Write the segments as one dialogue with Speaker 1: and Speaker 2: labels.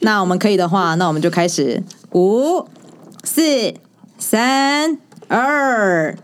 Speaker 1: 那我们可以的话，那我们就开始，五、四、三、二。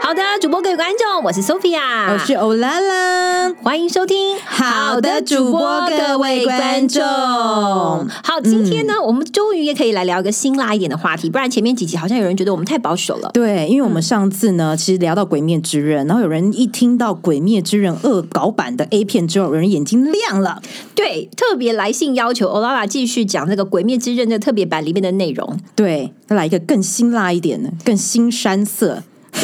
Speaker 2: 好的，主播各位观众，我是 Sophia，
Speaker 1: 我哦是欧拉拉。
Speaker 2: 欢迎收听《
Speaker 1: 好的主播各位观众嗯
Speaker 2: 好，今天呢，我们终于也可以来聊一个辛辣一点的话题，不然前面几集好像有人觉得我们太保守了。
Speaker 1: 对，因为我们上次呢，其实聊到《鬼灭之刃》，然后有人一听到《鬼灭之刃》恶搞版的 A 片之后，有人眼睛亮了。
Speaker 2: 对，特别来信要求欧拉拉继续讲这个《鬼灭之刃》的特别版里面的内容。
Speaker 1: 对，再来一个更辛辣一点的，更新山色。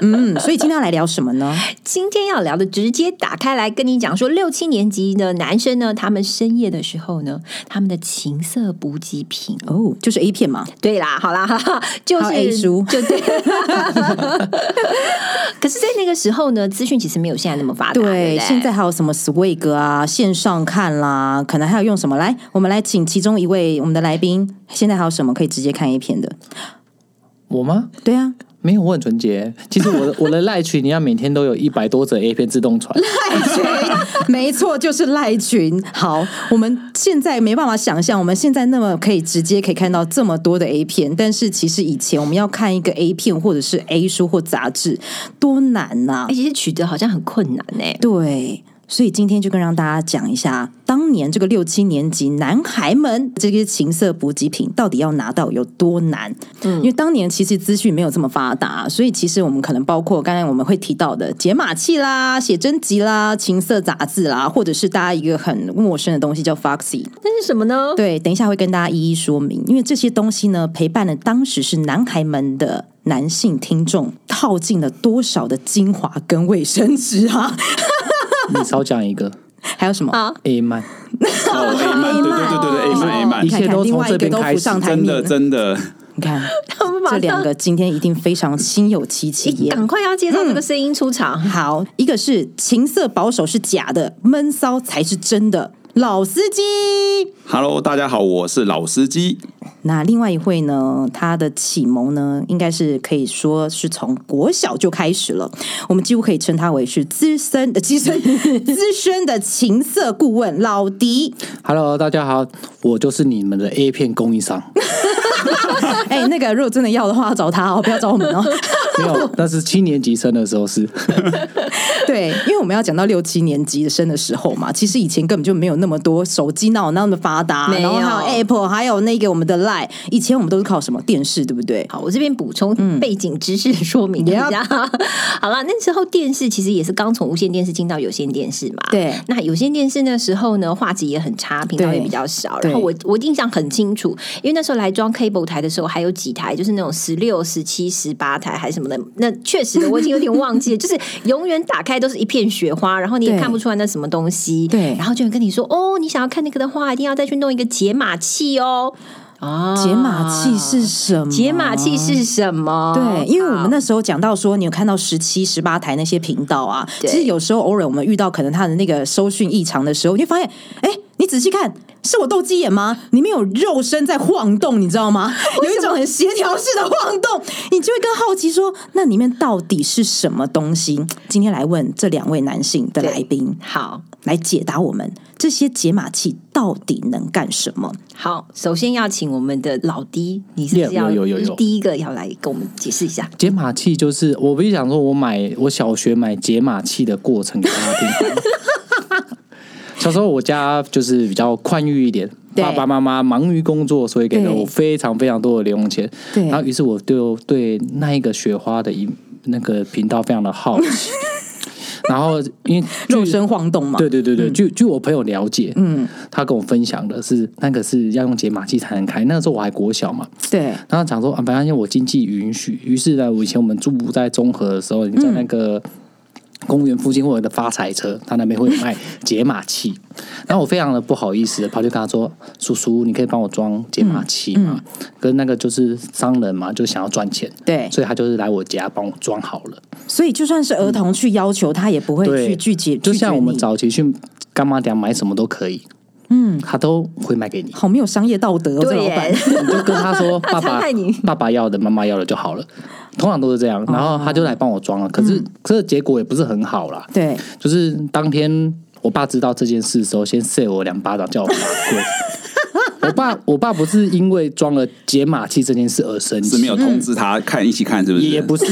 Speaker 1: 嗯，所以今天要来聊什么呢？
Speaker 2: 今天要聊的，直接打开来跟你讲说，六七年级的男生呢，他们深夜的时候呢，他们的情色补给品
Speaker 1: 哦，就是 A 片嘛。
Speaker 2: 对啦，好啦，哈 哈，就是
Speaker 1: 还有 A 书
Speaker 2: 就对。 可是，在那个时候呢，资讯其实没有现在那么发达。对
Speaker 1: 对，
Speaker 2: 不对，
Speaker 1: 现在还有什么 Swag 啊，线上看啦，可能还有用什么？来，我们来请其中一位我们的来宾，现在还有什么可以直接看 A 片的？
Speaker 3: 我吗？
Speaker 1: 对啊，
Speaker 3: 没有，我很纯洁。其实我的我的赖群，你要每天都有一百多则 A 片自动传。
Speaker 1: 赖群， 没错，就是赖群。好，我们现在没办法想象，我们现在那么可以直接可以看到这么多的 A 片，但是其实以前我们要看一个 A 片或者是 A 书或杂志，多难啊呐、
Speaker 2: 而且哎是取得好像很困难哎、
Speaker 1: 对。所以今天就跟让大家讲一下，当年这个六七年级男孩们这些情色补给品到底要拿到有多难？嗯，因为当年其实资讯没有这么发达，所以其实我们可能包括刚才我们会提到的解码器啦、写真集啦、情色杂志啦，或者是大家一个很陌生的东西叫 Foxy。
Speaker 2: 那是什么 呢？
Speaker 1: 对，等一下会跟大家一一说明，因为这些东西呢，陪伴了当时是男孩们的男性听众，套进了多少的精华跟卫生纸啊？
Speaker 3: 你少讲一个
Speaker 1: 还有什么？
Speaker 2: 啊，
Speaker 3: A 漫，
Speaker 4: 哦，A 漫，对对对对对，A 漫 A
Speaker 3: 一
Speaker 4: 漫，
Speaker 3: 切都
Speaker 1: 另
Speaker 3: 从
Speaker 1: 外
Speaker 3: 这
Speaker 1: 一个
Speaker 3: 边
Speaker 1: 都
Speaker 3: 开
Speaker 1: 浮
Speaker 3: 始。
Speaker 1: 上台
Speaker 4: 真
Speaker 1: 面
Speaker 4: 的
Speaker 1: 了，
Speaker 4: 真的，
Speaker 1: 你 看
Speaker 2: 他们马
Speaker 1: 这
Speaker 2: 上
Speaker 1: 两个今天一定非常心有戚戚焉。
Speaker 2: 赶快要介绍这个
Speaker 1: 嗯
Speaker 2: 声音出场。
Speaker 1: 好，一个是情色保守是假的，闷骚才是真的。老司机，
Speaker 4: Hello，大家好，我是老司机。
Speaker 1: 那另外一位呢？他的启蒙呢，应该是可以说是从国小就开始了。我们几乎可以称他为是资深的、资深、资深的情色顾问老迪。
Speaker 3: Hello，大家好，我就是你们的 A 片供应商。
Speaker 1: 哎、那个如果真的要的话，找他哦，不要找我们哦。
Speaker 3: 没有，那是七年级生的时候是。
Speaker 1: 对，因为我们要讲到六七年级生的时候嘛，其实以前根本就没有那么多手机哪有那么发达，
Speaker 2: 没
Speaker 1: 然
Speaker 2: 有
Speaker 1: 后还有 Apple，还有那个我们的 Line，以前我们都是靠什么电视，对不对？
Speaker 2: 好，我这边补充
Speaker 1: 嗯
Speaker 2: 背景知识说明一下。 好了，那时候电视其实也是刚从无线电视进到有线电视嘛。
Speaker 1: 对
Speaker 2: 那有线电视那时候呢，画质也很差，频道也比较少。
Speaker 1: 对
Speaker 2: 然后我我印象很清楚，因为那时候来装 cable 台的时候，还有几台就是那种十六、十七、十八台还是什么的。那确实我已经有点 忘记了，就是永远打开都是一片雪花，然后你也
Speaker 1: 对
Speaker 2: 看不出来那什么东西。
Speaker 1: 对
Speaker 2: 然后就有人跟你说，哦，你想要看那个的话，一定要再去弄一个解码器哦。啊，
Speaker 1: 解码器是什么？
Speaker 2: 解码器。是什么？
Speaker 1: 对，因为我们
Speaker 2: 哦好
Speaker 1: 那时候讲到说，你有看到十七、十八台那些频道啊，其
Speaker 2: 对
Speaker 1: 实有时候偶尔我们遇到可能它的那个收讯异常的时候，你会发现，哎，你仔细看，是我斗鸡眼吗？里面有肉身在晃动，你知道 吗？有一种很协调式的晃动，你就会更好奇说，那里面到底是什么东西？今天来问这两位男性的来宾，
Speaker 2: 好
Speaker 1: 来解答我们这些解码器到底能干什么？
Speaker 2: 好，首先要请我们的老迪，你是不是
Speaker 3: Yeah，
Speaker 2: 要
Speaker 3: 有有有有
Speaker 2: 第一个要来跟我们解释一下？
Speaker 3: 解码器就是，我不是想说我买我小学买解码器的过程给大家听。 小时候我家就是比较宽裕一点，
Speaker 1: 对
Speaker 3: 爸爸妈妈忙于工作，所以给了
Speaker 1: 对
Speaker 3: 我非常非常多的零用钱。
Speaker 1: 对
Speaker 3: 然后于是我就对那一个雪花的一那个频道非常的好奇。 然后因为据
Speaker 1: 肉身晃动嘛，嗯
Speaker 3: 对对对对，据据我朋友了解，嗯，他跟我分享的是那个是要用解码器才能开，那时候我还国小嘛，
Speaker 1: 对
Speaker 3: 然后讲说啊，反正我经济允许，于是呢，我以前我们住在中和的时候，你在那个
Speaker 1: 嗯
Speaker 3: 公园附近会有的发财车，他那边会有卖解码器。然后我非常的不好意思，跑去跟他说：“叔叔，你可以帮我装解码器
Speaker 1: 嗯
Speaker 3: 吗？”跟那个就是商人嘛，就想要赚钱，
Speaker 1: 对
Speaker 3: 所以他就是来我家帮我装好了。
Speaker 1: 所以就算是儿童去要求，他也不会
Speaker 3: 嗯对
Speaker 1: 去拒绝，
Speaker 3: 就像我们
Speaker 1: 拒绝
Speaker 3: 早期去干妈店买什么都可以，嗯，他都会卖给你。
Speaker 1: 好没有商业道德哦，这
Speaker 2: 对
Speaker 1: 老板
Speaker 2: 耶。，
Speaker 3: 你就跟他说
Speaker 2: 他
Speaker 3: 爸
Speaker 2: 伤
Speaker 3: 爸
Speaker 2: 害你哦
Speaker 3: 爸爸要的，妈妈要的就好了。通常都是这样，然后他就来帮我装了，可
Speaker 2: 嗯
Speaker 3: 是这个结果也不是很好啦。
Speaker 1: 对，
Speaker 3: 就是当天我爸知道这件事的时候，先塞我两巴掌，叫我罚跪。 我爸我爸不是因为装了解码器这件事而生
Speaker 4: 是没
Speaker 3: 气，
Speaker 4: 有通知他看一起看，是不是？
Speaker 3: 也 不是。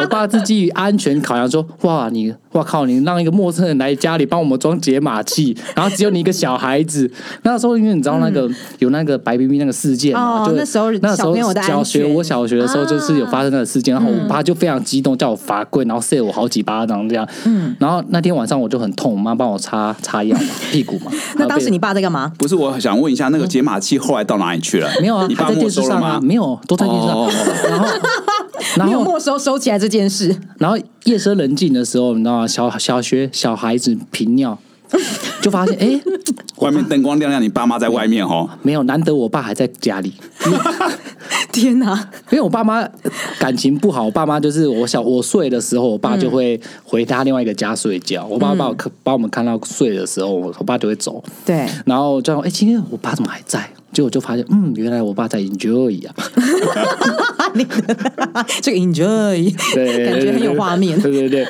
Speaker 3: 我爸是基于安全考量说：“哇，你哇靠，你让一个陌生人来家里帮我们装解码器，然后只有你一个小孩子。 那时候因为你知道那
Speaker 4: 嗯
Speaker 3: 个、有那个白冰冰那个事件嘛，
Speaker 1: 哦
Speaker 3: 就
Speaker 1: 那时候
Speaker 3: 那时
Speaker 1: 小
Speaker 3: 候
Speaker 1: 朋友的安
Speaker 3: 小学
Speaker 1: 全嗯
Speaker 3: 我小学的时候就是有发生那个事件，然后我爸就非常激动，叫我罚跪，然后塞我好几巴掌这样。嗯，然后那天晚上我就很痛，我妈帮我擦擦药嘛，屁股嘛
Speaker 1: 。那当时你爸在干嘛？
Speaker 4: 不是，我想问一下，那个解码器后来到哪里去了？
Speaker 3: 没有啊
Speaker 4: 你？
Speaker 3: 还
Speaker 4: 爸
Speaker 3: 在
Speaker 4: 没
Speaker 3: 电视
Speaker 4: 收了
Speaker 3: 上啊？
Speaker 4: 吗？
Speaker 3: 没有，都在电视上。
Speaker 4: 哦
Speaker 3: 然后，然
Speaker 1: 没有
Speaker 3: 后
Speaker 1: 没收收起来这件事，
Speaker 3: 然后夜深人静的时候，你知道吗？小小学小孩子频尿， 就发现哎、诶
Speaker 4: 外面灯光亮亮，你爸妈在外面哦。
Speaker 3: 没有，难得我爸还在家里，
Speaker 1: 天哪！
Speaker 3: 因为我爸妈感情不好，我爸妈就是我小我睡的时候，我
Speaker 1: 嗯
Speaker 3: 爸就会回他另外一个家睡觉，我爸把我看把我们看到睡的时候，我我爸就会走，
Speaker 1: 对，
Speaker 3: 然后就说哎、今天我爸怎么还在？结果我就发现，嗯，原来我爸在 enjoy 啊，
Speaker 1: 这个 enjoy
Speaker 3: 对，
Speaker 1: 感觉很有画面。
Speaker 3: 对对对。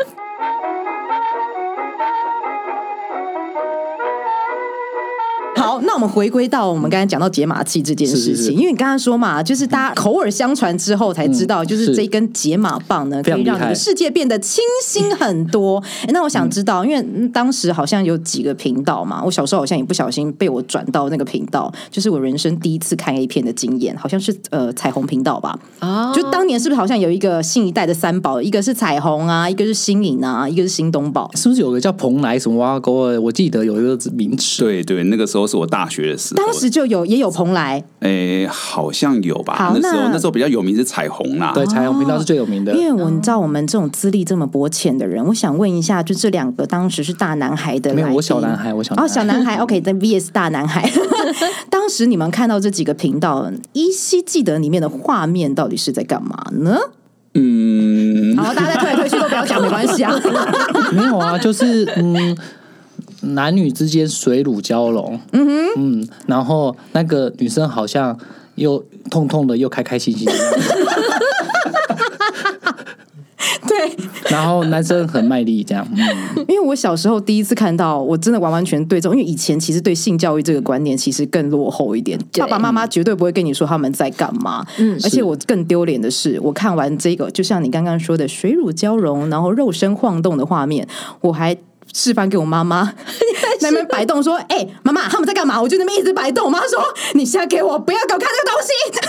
Speaker 1: 好，那我们回归到我们刚才讲到解码器这件事情，
Speaker 3: 是是是
Speaker 1: 因为你刚刚说嘛，就是大家口耳相传之后才知道，
Speaker 3: 嗯
Speaker 1: 就是
Speaker 3: 是
Speaker 1: 这一根解码棒呢，
Speaker 3: 非
Speaker 1: 可
Speaker 3: 常
Speaker 1: 以
Speaker 3: 厉害嗯
Speaker 1: 让你的世界变得清新很多。诶那我想知道，因为嗯当时好像有几个频道嘛，我小时候好像也不小心被我转到那个频道，就是我人生第一次看 A 片的经验，好像是呃彩虹频道吧。
Speaker 2: 哦
Speaker 1: 就当年是不是好像有一个新一代的三宝，一个是彩虹啊，一个是新颖啊，一个是新东宝。
Speaker 3: 是不是有个叫蓬莱什么挖沟的？我记得有一个名词，
Speaker 4: 对对，那个时候是我大学的时候，
Speaker 1: 当时就有也有蓬莱，
Speaker 4: 诶好像有吧
Speaker 1: 好？
Speaker 4: 那时候
Speaker 1: 那
Speaker 4: 那时候比较有名是彩虹啦，
Speaker 3: 对，彩虹
Speaker 1: 哦
Speaker 3: 频道是最有名的。
Speaker 1: 因为我你知道我们这种资历这么薄浅的人，我想问一下，就这两个当时是大男孩的来
Speaker 3: 没
Speaker 1: 宾，
Speaker 3: 有我小男孩我小男
Speaker 1: 哦
Speaker 3: 孩
Speaker 1: 小 男孩，OK，但 VS 大男孩。 当时你们看到这几个频道，依稀记得里面的画面到底是在干嘛 呢？
Speaker 4: 嗯，
Speaker 1: 好，大家再推来推去都不要讲，没关 系啊。
Speaker 3: 没有啊，就是嗯，男女之间水乳交融，嗯嗯，然后那个女生好像又痛痛的，又开开心心的，
Speaker 1: 对，
Speaker 3: 然后男生很卖力，这样，嗯，
Speaker 1: 因为我小时候第一次看到，我真的完完全对这种，因为以前其实对性教育这个观念其实更落后一点，
Speaker 2: 对
Speaker 1: 爸爸妈妈绝对不会跟你说他们在干嘛。嗯，而且我更丢脸的是，我看完这个，就像你刚刚说的水乳交融，然后肉身晃动的画面，我还。示范给我妈妈那边摆动，说：“哎、妈妈，他们在干嘛？”我就那边一直摆动。我妈说：“你现在给我不要给我看这个东西。”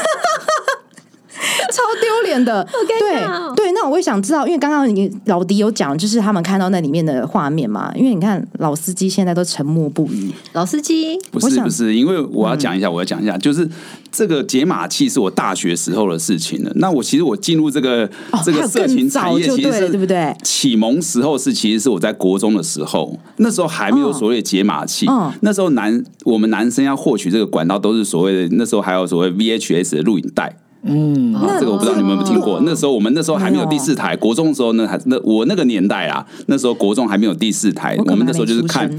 Speaker 1: 超丢脸 的，
Speaker 2: 尴尬哦
Speaker 1: 对对，那我也想知道，因为刚刚你老迪有讲，就是他们看到那里面的画面嘛，因为你看老司机现在都沉默不语，
Speaker 2: 老司机，
Speaker 4: 不
Speaker 1: 我
Speaker 4: 是
Speaker 1: 想嗯
Speaker 4: 不是，因为我要讲一下，我要讲一下，就是这个解码器是我大学时候的事情了。那我其实我进入这个、
Speaker 1: 哦还
Speaker 4: 这个
Speaker 1: 有
Speaker 4: 色
Speaker 1: 更
Speaker 4: 情产
Speaker 1: 早
Speaker 4: 业，
Speaker 1: 就
Speaker 4: 其实
Speaker 1: 对了
Speaker 4: 是
Speaker 1: 对不对
Speaker 4: 启蒙时候是其实是我在国中的时候，那时候还没
Speaker 1: 哦
Speaker 4: 有所谓的解码器。
Speaker 1: 嗯
Speaker 4: 那时候男我们男生要获取这个管道都是所谓的那时候还有所谓 VHS 的录影带。啊
Speaker 1: 那哦
Speaker 4: 这个我不知道你们有没有听过。那时候我们那时候还没有第四台，国中的时候呢，还那我那个年代啊，那时候国中还没有第四台，
Speaker 1: 我
Speaker 4: 我
Speaker 1: 可
Speaker 4: 们
Speaker 1: 能
Speaker 4: 哎那时候就是看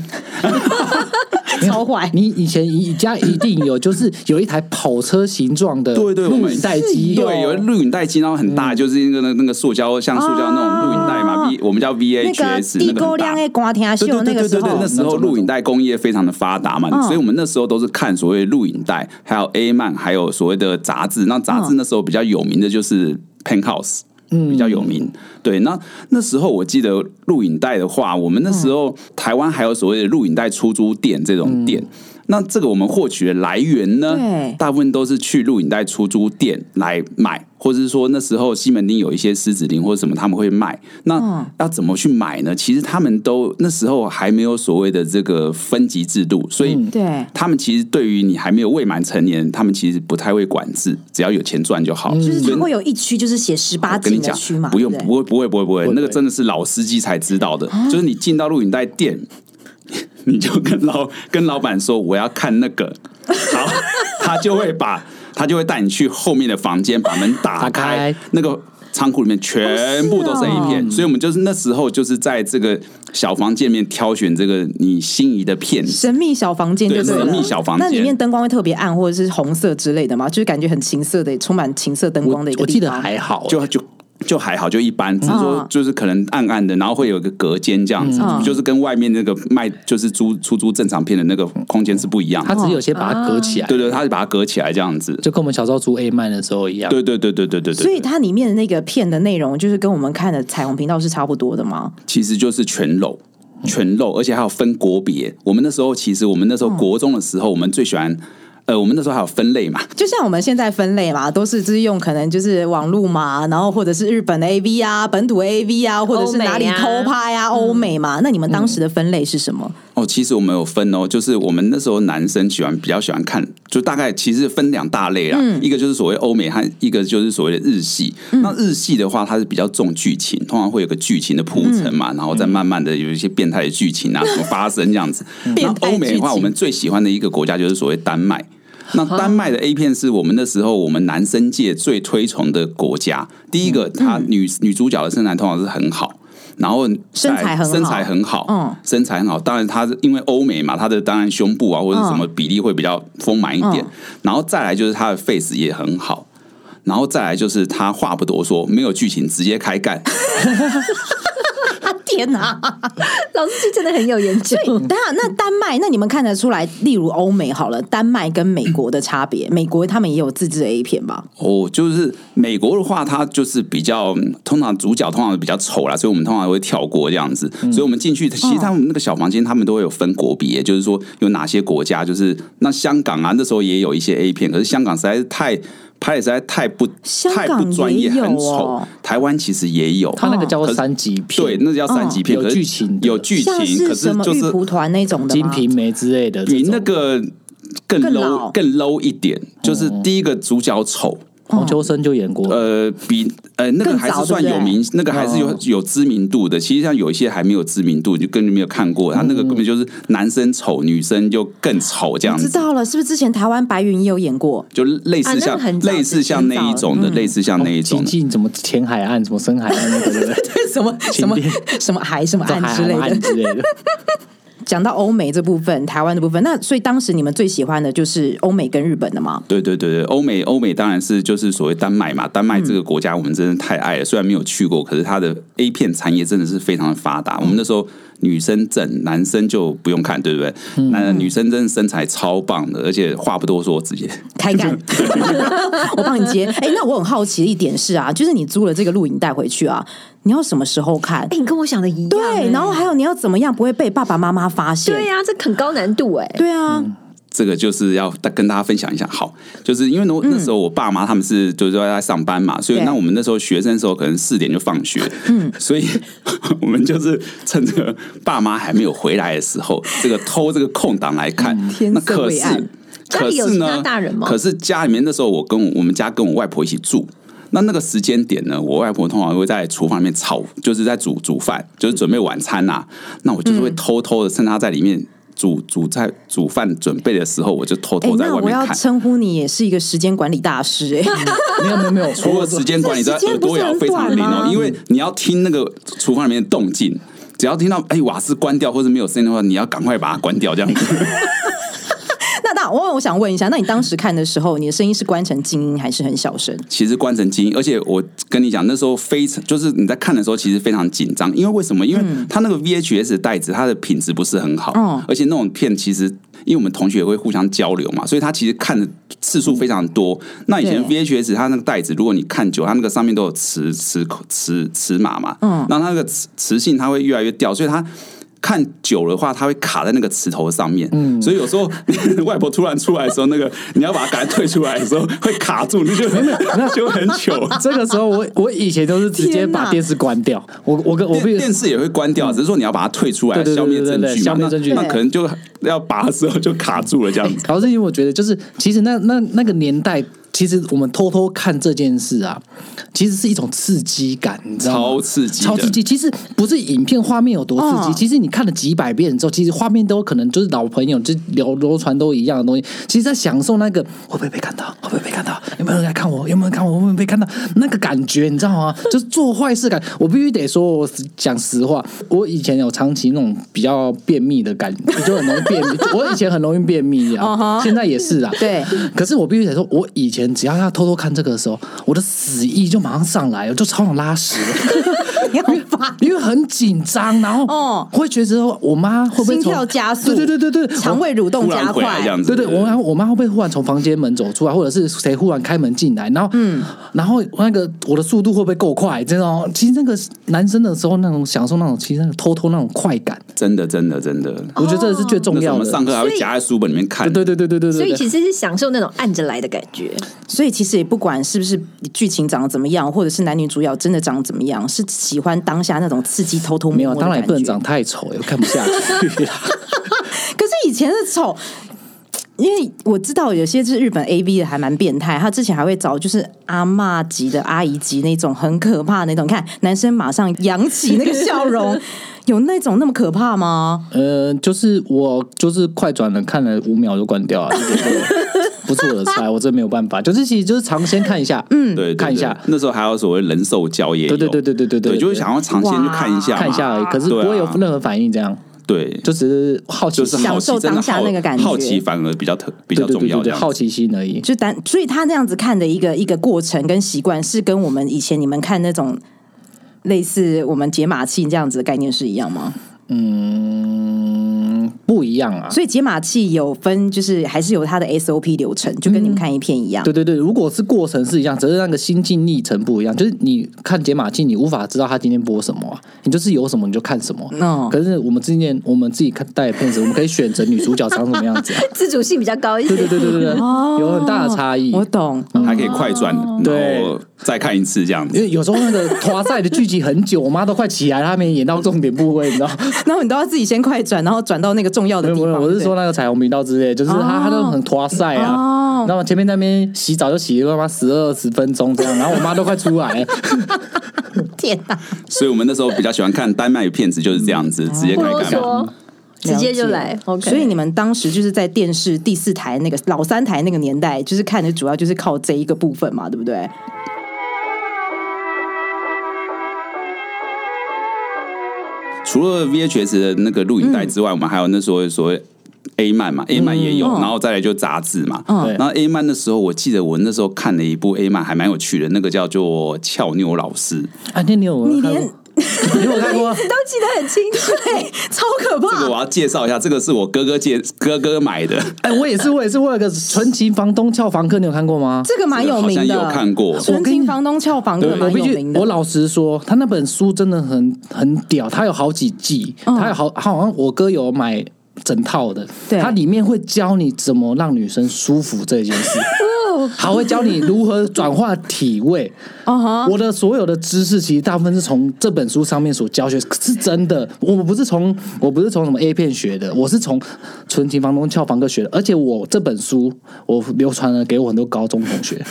Speaker 1: 还没出生超坏，
Speaker 3: 你以前你家一定有，就是有一台跑车形状的
Speaker 4: 对对我
Speaker 3: 录
Speaker 4: 们
Speaker 3: 影带机，
Speaker 4: 对，有嗯录影带机，然后很大，就是那个那那个塑胶，像塑胶那种录影带嘛
Speaker 1: 啊
Speaker 4: ，V 我们叫
Speaker 1: 那个
Speaker 4: VHS
Speaker 1: 地
Speaker 4: 那个
Speaker 1: 沟
Speaker 4: 很
Speaker 1: 亮
Speaker 4: 大。
Speaker 1: 哎，瓜田
Speaker 4: 哦对
Speaker 1: 秀
Speaker 4: 对
Speaker 1: 那
Speaker 4: 对
Speaker 1: 个
Speaker 4: 对
Speaker 1: 时
Speaker 4: 对对，
Speaker 1: 候
Speaker 4: 那，时候录影带工业非常的发达嘛，
Speaker 1: 嗯
Speaker 4: 所以我们那时候都是看所谓录影带，还有 A 漫，还有所谓的杂志。那杂
Speaker 1: 嗯
Speaker 4: 志那时候比较有名的就是 Penthouse。比较有名，对。那那时候我记得录影带的话，我们那
Speaker 1: 嗯
Speaker 4: 时候台湾还有所谓的录影带出租店这种店，那这个我们获取的来源呢
Speaker 1: 嗯对，
Speaker 4: 大部分都是去录影带出租店来买，或者是说那时候西门町有一些狮子林或者什么他们会卖。
Speaker 1: 嗯
Speaker 4: 那要怎么去买呢？其实他们都那时候还没有所谓的这个分级制度，所以
Speaker 1: 对，
Speaker 4: 他们其实对于你还没有未满成年，他们其实不太会管制，只要有钱赚就好。
Speaker 1: 嗯就是
Speaker 4: 所以
Speaker 1: 它会有一区就是写十八
Speaker 4: 嗯我跟你
Speaker 1: 禁的
Speaker 4: 讲
Speaker 1: 区嘛，，
Speaker 4: 不用，
Speaker 1: 对
Speaker 4: 不会，不会，不会，不会，
Speaker 3: 不会
Speaker 4: 那个真的是老司机才知道的。就是你进到录影带店， 你就跟老跟老板说我要看那个，好， 他就会把他就会带你去后面的房间，把门打
Speaker 3: 打开
Speaker 4: 那个。仓库里面全部都是 A 片，所以我们就是那时候就是在这个小房间里面挑选这个你心仪的片子。
Speaker 1: 神秘小房间就
Speaker 4: 对
Speaker 1: 对了，
Speaker 4: 神秘小房间
Speaker 1: 那里面灯光会特别暗，或者是红色之类的嘛，就是感觉很情色的，充满情色灯
Speaker 3: 我
Speaker 1: 光的一个
Speaker 3: 我记
Speaker 1: 地
Speaker 3: 得
Speaker 1: 方。
Speaker 3: 还好，
Speaker 4: 就就就还好，就一般，只是说
Speaker 1: 嗯
Speaker 4: 就是可能暗暗的，然后会有一个隔间这样子，
Speaker 1: 嗯
Speaker 4: 就是跟外面那个卖就是租出租正常片的那个空间是不一样
Speaker 3: 他
Speaker 4: 的。
Speaker 3: 只有先把它隔起来，
Speaker 4: 啊对对，他就把它隔起来这样子。
Speaker 3: 就跟我们小时候租 A 漫的时候一样。
Speaker 4: 对对对对对对对，
Speaker 1: 所以它里面的那个片的内容，就是跟我们看的彩虹频道是差不多的吗？
Speaker 4: 其实就是全漏。
Speaker 1: 嗯
Speaker 4: 全漏，而且还有分国别。我们那时候其实，我们那
Speaker 1: 嗯
Speaker 4: 时候国中的时候，我们最喜欢，呃，我们那时候还有分类嘛，
Speaker 1: 就像我们现在分类嘛，都是就是用可能就是网络嘛，然后或者是日本的 AV 啊、本土 AV 啊，或者是哪里偷拍啊、欧美嘛。那你们当时的分类是什么？
Speaker 4: 哦，其实我们有分哦，就是我们那时候男生喜欢比较喜欢看，就大概其实分两大类啦，
Speaker 1: 嗯
Speaker 4: 一个就是所谓欧美和一个就是所谓的日系。那日系的话，它是比较重剧情，通常会有个剧情的
Speaker 1: 嗯
Speaker 4: 铺陈嘛，然后再慢慢的有一些变态的剧情啊，什么发生这样子。那
Speaker 1: 变态
Speaker 4: 欧美的
Speaker 1: 剧
Speaker 4: 话，
Speaker 1: 情
Speaker 4: 我们最喜欢的一个国家就是所谓丹麦。那丹麦的 A 片是我们那时候我们男生界最推崇的国家。第一个，
Speaker 1: 嗯
Speaker 4: 她女女主角的身材通常是很好，然后
Speaker 1: 身材很好
Speaker 4: 身材很好，
Speaker 1: 嗯
Speaker 4: 身材很好。当然，她是因为欧美嘛，她的当然胸部啊或者是什么比例会比较丰满一点
Speaker 1: 嗯。
Speaker 4: 然后再来就是她的 face 也很好，然后再来就是她话不多说，没有剧情直接开干。
Speaker 1: 啊天哪！
Speaker 2: 老司机真的很有研 究。
Speaker 1: 等一下，那丹麦，那你们看得出来，例如欧美好了，丹麦跟美国的差别，美国他们也有自制的 A 片吧？
Speaker 4: 哦，就是美国的话，它就是比较嗯通常主角通常比较丑啦，所以我们通常会跳过这样子。所以我们进去，其实他们那个小房间，他们都会有分国别，就是说有哪些国家，就是那香港啊，那时候也有一些 A 片，可是香港实在是太拍的实在太不
Speaker 1: 香
Speaker 4: 太
Speaker 1: 港
Speaker 4: 不专
Speaker 1: 也
Speaker 4: 业，
Speaker 1: 有
Speaker 4: 很
Speaker 1: 哦
Speaker 4: 丑。台湾其实也有，啊
Speaker 3: 他那个叫做三级片，
Speaker 4: 对，那叫三级片，
Speaker 3: 有
Speaker 4: 可是
Speaker 3: 剧情的
Speaker 4: 有剧情
Speaker 1: 像，
Speaker 4: 可
Speaker 1: 是
Speaker 4: 是
Speaker 1: 什么
Speaker 4: 就
Speaker 1: 玉
Speaker 4: 是
Speaker 1: 蒲团那种的
Speaker 3: 金
Speaker 1: 吗？
Speaker 3: 瓶梅之类的这
Speaker 4: 比
Speaker 3: 种，
Speaker 4: 那个更
Speaker 1: 更
Speaker 4: low
Speaker 1: 老
Speaker 4: 更 low 一点，就是第一个主角丑。
Speaker 3: 黄秋生就演过，
Speaker 4: 呃，比呃那个
Speaker 1: 更
Speaker 4: 还是
Speaker 1: 早
Speaker 4: 算
Speaker 1: 对
Speaker 4: 有
Speaker 1: 不对
Speaker 4: 名，那个还是有
Speaker 3: 哦
Speaker 4: 有知名度的。其实像有一些还没有知名度，你就根本没有看过。他那个根本就是男生丑，女生就更丑这样
Speaker 1: 我知
Speaker 4: 子。
Speaker 1: 道了，是不是之前台湾白云也有演过？
Speaker 4: 就类
Speaker 2: 啊
Speaker 4: 似
Speaker 2: 那
Speaker 4: 像、
Speaker 2: 个很早
Speaker 4: 类似
Speaker 2: 之
Speaker 4: 像
Speaker 2: 前
Speaker 4: 那一
Speaker 2: 早
Speaker 4: 种的，类似像那一种
Speaker 3: 亲
Speaker 4: 的，
Speaker 3: 近哦什么前海岸、什么深海岸那个，对 不对？
Speaker 1: 什么什么什么海什么
Speaker 3: 这海
Speaker 1: 岸之类
Speaker 3: 岸
Speaker 1: 的。
Speaker 3: 之类的，
Speaker 1: 讲到欧美这部分，台湾的部分，那所以当时你们最喜欢的就是欧美跟日本的嘛？
Speaker 4: 对对对对，欧美欧美当然是就是所谓丹麦嘛，丹麦这个国家我们真的太爱了，虽然没有去过，可是它的 A 片产业真的是非常的发达。我们那时候女生正，男生就不用看，对不对？那、女生真的身材超棒的，而且话不多说，直接
Speaker 1: 开干， 我帮你接。哎、那我很好奇的一点是啊，就是你租了这个录影带回去啊，你要什么时候看？
Speaker 2: 哎、你跟我想的一样、
Speaker 1: 对，然后还有你要怎么样不会被爸爸妈妈发现？
Speaker 2: 对呀、啊这很高难度哎、
Speaker 1: 对啊，
Speaker 4: 嗯这个就是要跟大家分享一下。好，就是因为那
Speaker 2: 嗯
Speaker 4: 那时候我爸妈他们是就是说在上班嘛，所以
Speaker 1: 对
Speaker 4: 那我们那时候学生的时候可能四点就放学，嗯，所以我们就是趁这个爸妈还没有回来的时候，这个偷这个空档来看。
Speaker 2: 嗯
Speaker 1: 天
Speaker 4: 那
Speaker 1: 色
Speaker 4: 可
Speaker 1: 未
Speaker 4: 是
Speaker 1: 暗
Speaker 4: 可
Speaker 2: 家里有
Speaker 4: 是
Speaker 2: 其
Speaker 4: 呢
Speaker 2: 他大人吗，
Speaker 4: 可是家里面那时候我跟我我们家跟我外婆一起住。那那个时间点呢，我外婆通常会在厨房里面炒，就是在煮煮饭，就是准备晚餐呐、那我就是会偷偷的趁她在里面煮煮菜、煮饭准备的时候，我就偷
Speaker 1: 哎、
Speaker 4: 偷在
Speaker 1: 那
Speaker 4: 外
Speaker 1: 我
Speaker 4: 面
Speaker 1: 要
Speaker 4: 看。
Speaker 1: 称呼你也是一个时间管理大师 哎、
Speaker 3: 没有没有没有，
Speaker 4: 除了时间管理之外，
Speaker 1: 这时
Speaker 4: 耳
Speaker 1: 间不
Speaker 4: 朵
Speaker 1: 是
Speaker 4: 也要非常灵
Speaker 1: 很短啊
Speaker 4: 哦
Speaker 1: 吗，
Speaker 4: 因为你要听那个厨房里面的动静，只要听到哎瓦斯关掉或者没有声音的话，你要赶快把它关掉，这样子。
Speaker 1: 那那我我想问一下，那你当时看的时候，你的声音是关成静音还是很小 声？
Speaker 4: 其实关成精英，而且我跟你讲，那时候非常就是你在看的时候，其实非常紧张，因为为什么？因为它那个 VHS 袋子，它的品质不是很好，
Speaker 1: 嗯
Speaker 4: 而且那种片其实。因为我们同学也会互相交流嘛，所以他其实看的次数非常多。那以前 VHS 它那个袋子，如果你看久，它那个上面都有磁磁磁磁码嘛，嗯，那它那个磁磁性它会越来越掉，所以它看久的话，它会卡在那个石头上面，
Speaker 3: 嗯
Speaker 4: 所以有时候外婆突然出来的时候，那个你要把它赶快退出来的时候，会卡住， 你就那就很糗。
Speaker 3: 这个时候我我以前都是直接
Speaker 1: 天哪
Speaker 3: 把电视关掉，我我跟我
Speaker 4: 电
Speaker 3: 被
Speaker 4: 电视也会关掉，只是说你要把它退出来，
Speaker 3: 对对对
Speaker 4: 消灭
Speaker 3: 对对
Speaker 4: 证
Speaker 3: 对
Speaker 4: 据嘛。
Speaker 3: 消灭
Speaker 4: 那
Speaker 3: 证据
Speaker 4: 那可能就要拔的时候就卡住了这样子。
Speaker 3: 然后是因为我觉得，就是其实那那那个年代，其实我们偷偷看这件事啊，其实是一种刺激感，你知道吗？
Speaker 4: 超刺激的
Speaker 3: 超刺激！其实不是影片画面有多刺激，
Speaker 1: 嗯
Speaker 3: 其实你看了几百遍之后，其实画面都可能就是老朋友，就是流流传都一样的东西。其实，在享受那个会不会被看到，会不会被看到，有没有人来看我？有没有人看我？会不会被看到？那个感觉你知道吗？就是做坏事感。我必须得说，我讲实话，我以前有长期那种比较便秘的感觉，就很容易便秘。 我以前很容易便秘
Speaker 1: 哦
Speaker 3: 啊，
Speaker 1: 哈
Speaker 3: 现在也是啊。
Speaker 1: 对，
Speaker 3: 可是我必须得说，我以前只要要偷偷看这个的时候，我的死意就马上上来，我就超想拉屎的，
Speaker 1: 你好烦。
Speaker 3: 因为很紧张，然后
Speaker 1: 哦
Speaker 3: 会觉得我妈会不会
Speaker 1: 心
Speaker 3: 从
Speaker 1: 跳加速
Speaker 3: 对对对对对，
Speaker 1: 肠胃蠕动
Speaker 4: 突
Speaker 1: 加
Speaker 4: 然回来
Speaker 1: 快
Speaker 4: 这，样子，
Speaker 3: 对对，我妈我妈会不会忽然从房间门走出来，或者是谁忽然开门进来，然后嗯，然后那个我的速度会不会够快？这种其实那个男生的时候那种享受那种，其实那个偷偷那种快感，
Speaker 4: 真的真的真的，
Speaker 1: 哦
Speaker 3: 我觉得这个是最重
Speaker 4: 那时候
Speaker 3: 要的
Speaker 4: 我们。上课还
Speaker 2: 所
Speaker 4: 会
Speaker 2: 以
Speaker 4: 夹在书本里面看，
Speaker 3: 对对对对对对
Speaker 2: 所以
Speaker 3: 对对。
Speaker 2: 其实是享受那种按着来的感觉，
Speaker 1: 所以其实也不管是不是剧情长得怎么样，或者是男女主角真的长得怎么样，是喜欢当下那种刺激偷偷摸
Speaker 3: 没有，
Speaker 1: 摸的
Speaker 3: 当然也不能
Speaker 1: 感觉
Speaker 3: 长太丑，又看不下去啦。
Speaker 1: 可是以前的丑。因为我知道有些就是日本 A V 的还蛮变态，他之前还会找就是阿嬷级的、阿姨级那种很可怕的那种，你看男生马上扬起那个笑 容，有那种那么可怕吗？
Speaker 3: 呃，就是我就是快转了，看了五秒就关掉了，就觉得 不是我的啊菜，我真没有办法。就是其实就是尝鲜看一下，嗯，
Speaker 4: 对，对
Speaker 3: 看一下。
Speaker 4: 对那时候还有所谓人兽交也
Speaker 3: 对
Speaker 4: 有，
Speaker 3: 对对对对对对
Speaker 4: 对，就会想要尝鲜去看一下嘛，
Speaker 3: 看一下而已，可是不
Speaker 4: 对啊
Speaker 3: 会有任何反应，这样
Speaker 4: 对，
Speaker 3: 就只是好奇
Speaker 4: 就是
Speaker 3: 心。
Speaker 4: 好
Speaker 1: 享受
Speaker 4: 奇，真的
Speaker 1: 当下
Speaker 4: 好
Speaker 1: 那个感觉
Speaker 4: 好奇反而比较特比
Speaker 3: 对
Speaker 4: 较
Speaker 3: 对
Speaker 4: 重
Speaker 3: 对
Speaker 4: 要
Speaker 3: 对
Speaker 4: 这
Speaker 3: 对，
Speaker 4: 样子，
Speaker 3: 好奇心而已。
Speaker 1: 就单，所以他那样子看的一个一个过程跟习惯，是跟我们以前你们看那种类似我们解码器这样子的概念是一样吗？
Speaker 3: 嗯，不一样啊。
Speaker 1: 所以解码器有分，就是还是有它的 SOP 流程，就跟你们看一片一样。
Speaker 3: 对对对，如果是过程是一样，只是那个心境历程不一样。就是你看解码器，你无法知道他今天播什么啊、你就是有什么你就看什么。啊
Speaker 1: 哦
Speaker 3: 可是我们之前我们自己看带的片子，我们可以选择女主角长什么样子、啊。
Speaker 2: 自主性比较高一
Speaker 3: 对
Speaker 2: 些
Speaker 3: 对。对对对对，有很大的差异。
Speaker 1: 我懂。
Speaker 4: 还可以快转，
Speaker 3: 哦对
Speaker 4: 然后再看一次这样
Speaker 3: 因
Speaker 4: 子。
Speaker 3: 为有时候那个华赛的剧集很久，我妈都快起来了，她没演到重点部位，你知道？
Speaker 1: 然后你都要自己先快转，然后转到那个重要
Speaker 3: 没
Speaker 1: 的
Speaker 3: 有
Speaker 1: 地
Speaker 3: 没有，
Speaker 1: 方。
Speaker 3: 我是
Speaker 1: 对
Speaker 3: 说那个彩虹频道之类，就是她她都很拖晒啊
Speaker 1: 哦，
Speaker 3: 那么前面那边洗澡就洗了他妈十二十分钟这样，然后我妈都快出 来了。
Speaker 1: 天哪，
Speaker 4: 所以我们那时候比较喜欢看丹麦片子，就是这样
Speaker 3: 哦
Speaker 4: 子，直接
Speaker 2: 不
Speaker 4: 看
Speaker 2: 啰
Speaker 4: 一看嘛。
Speaker 2: 嗦，直接就来
Speaker 1: 了解。
Speaker 2: OK，
Speaker 1: 所以你们当时就是在电视第四台那个老三台那个年代，就是看的主要就是靠这一个部分嘛，对不对？
Speaker 4: 除了 VHS 的那个录影带之外，我们还有那时候所谓 A 漫嘛，A 漫也有，
Speaker 3: 哦
Speaker 1: 嗯
Speaker 4: 然后再来就杂志嘛。
Speaker 1: 哦
Speaker 3: 对
Speaker 4: 然后 A 漫的时候，我记得我那时候看了一部 A 漫，还蛮有趣的，那个叫做《俏妞老师》，
Speaker 3: 啊，那你有
Speaker 1: 你
Speaker 3: 看过
Speaker 1: 连？
Speaker 3: 你有看过？
Speaker 2: 都记得很清楚。
Speaker 1: 对， 超可
Speaker 4: 这
Speaker 1: 怕
Speaker 4: 个我。要介绍一下，这个是我哥哥借哥哥买的，
Speaker 3: 哎，我也是，我也是，我有个纯情房东俏房客，你有看过吗？
Speaker 1: 这个蛮有名
Speaker 4: 这
Speaker 1: 的，
Speaker 4: 个好像有看过
Speaker 1: 纯情房东俏房客
Speaker 3: 我
Speaker 1: 蛮
Speaker 3: 必
Speaker 1: 有
Speaker 3: 须
Speaker 1: 名，的。
Speaker 3: 我老实说，他那本书真的很很屌，他有好几季，
Speaker 1: 嗯
Speaker 3: 他有好好像我哥有买整套的，
Speaker 1: 对
Speaker 3: 它里面会教你怎么让女生舒服这件 事，还会教你如何转化体位。
Speaker 1: 哦哈，
Speaker 3: 我的所有的知识其实大部分是从这本书上面所教学，是真的。我不是从我不是从什么 A 片学的，我是从《纯情房东俏房客》学的。而且我这本书我流传了给我很多高中同学、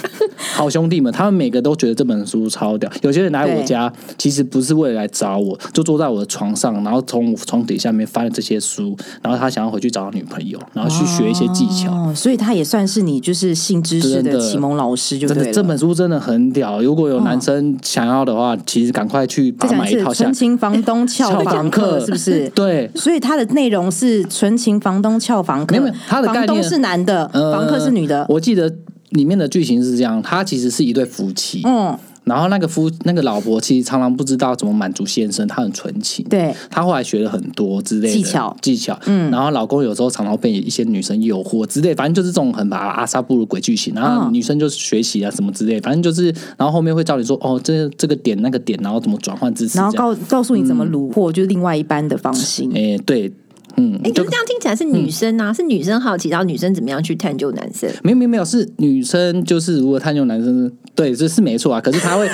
Speaker 3: 好兄弟们，他们每个都觉得这本书超屌。有些人来我家，其实不是为了来找我，就坐在我的床上，然后从我床底下面翻了这些书，然后他想要回去找他女朋友，然后去学一些技巧。
Speaker 1: 哦，所以他也算是你就是性知识
Speaker 3: 真
Speaker 1: 的
Speaker 3: 的
Speaker 1: 启蒙老师，就
Speaker 3: 真
Speaker 1: 对
Speaker 3: 的，
Speaker 1: 了。
Speaker 3: 这本书真的很屌。如果有男生想要的话，其实赶快去把
Speaker 1: 再
Speaker 3: 它
Speaker 1: 讲
Speaker 3: 买
Speaker 1: 一
Speaker 3: 一
Speaker 1: 次，
Speaker 3: 套下
Speaker 1: 纯
Speaker 3: 来。
Speaker 1: 情房东 俏
Speaker 3: 俏
Speaker 1: 房
Speaker 3: 房
Speaker 1: 客
Speaker 3: 客
Speaker 1: 是不是？
Speaker 3: 对
Speaker 1: 所以它的内容是纯情房东俏房客，
Speaker 3: 没有没有它的概
Speaker 1: 房
Speaker 3: 念
Speaker 1: 东是男的，
Speaker 3: 呃
Speaker 1: 房客是女的。
Speaker 3: 我记得里面的剧情是这样，他其实是一对夫妻，
Speaker 1: 嗯，
Speaker 3: 然后那个夫那个老婆其实常常不知道怎么满足先生，她很纯情，
Speaker 1: 对，
Speaker 3: 她后来学了很多之类的
Speaker 1: 技巧
Speaker 3: 技巧，嗯，然后老公有时候常常被一些女生诱惑之类，反正就是这种很把阿萨布鲁鬼剧情，然后
Speaker 1: 嗯
Speaker 3: 女生就学习啊什么之类，反正就是，然后后面会教你说哦，这这个点那个点，然后怎么转换姿势，
Speaker 1: 然后
Speaker 3: 这样，
Speaker 1: 告告诉你怎么虏获，就是另外一半的芳心。
Speaker 3: 哎，对，嗯，
Speaker 2: 哎，可
Speaker 3: 就是
Speaker 2: 这样听起来是女生啊，是女生好奇，然后女生怎么样去探究男生？
Speaker 3: 没有没有没有，是女生就是如果探究男生，对，这是没错啊。可是他会，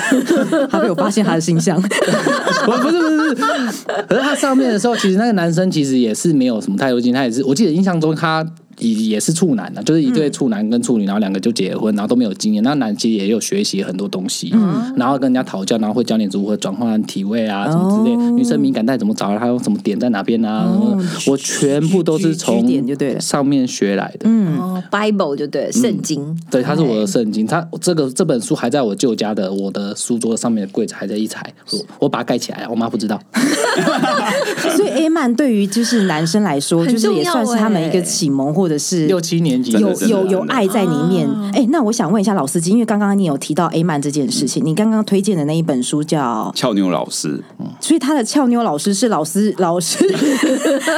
Speaker 1: 他被我发现他的形象，
Speaker 3: 不不是不是，不是可是他上面的时候，其实那个男生其实也是没有什么太多经验，他也是，我记得印象中他也也是处男啊，就是一对处男跟处女，然后两个就结婚，然后都没有经验。那男其实也有学习很多东西，然后跟人家讨教，然后会教你如何转换体位啊什么之类。
Speaker 1: 哦
Speaker 3: 女生敏感带怎么找，她用什么点在哪边啊？
Speaker 1: 哦
Speaker 3: 我全部都是
Speaker 1: 举
Speaker 3: 从
Speaker 1: 举点就对了
Speaker 3: 上面学来的。
Speaker 2: 哦，Bible 就嗯对了，圣经。
Speaker 3: 对，它是我的圣经，它这个这本书还在我舅家的我的书桌上面的柜子还在一排，我我把它盖起来了，我妈不知道。
Speaker 1: 所以 A 曼对于就是男生来说，
Speaker 2: 很
Speaker 1: 就是也
Speaker 2: 重要
Speaker 1: 算是他们一个
Speaker 2: 欸
Speaker 1: 启蒙，或者是
Speaker 3: 六七年级
Speaker 4: 真
Speaker 1: 有
Speaker 4: 的真的
Speaker 1: 有
Speaker 4: 真的
Speaker 1: 有爱在里面。哎、那我想问一下老司机，因为刚刚你有提到 A 曼这件事情，你刚刚推荐的那一本书叫，
Speaker 4: 俏妞老师，
Speaker 1: 所以他的俏妞老师是老师老师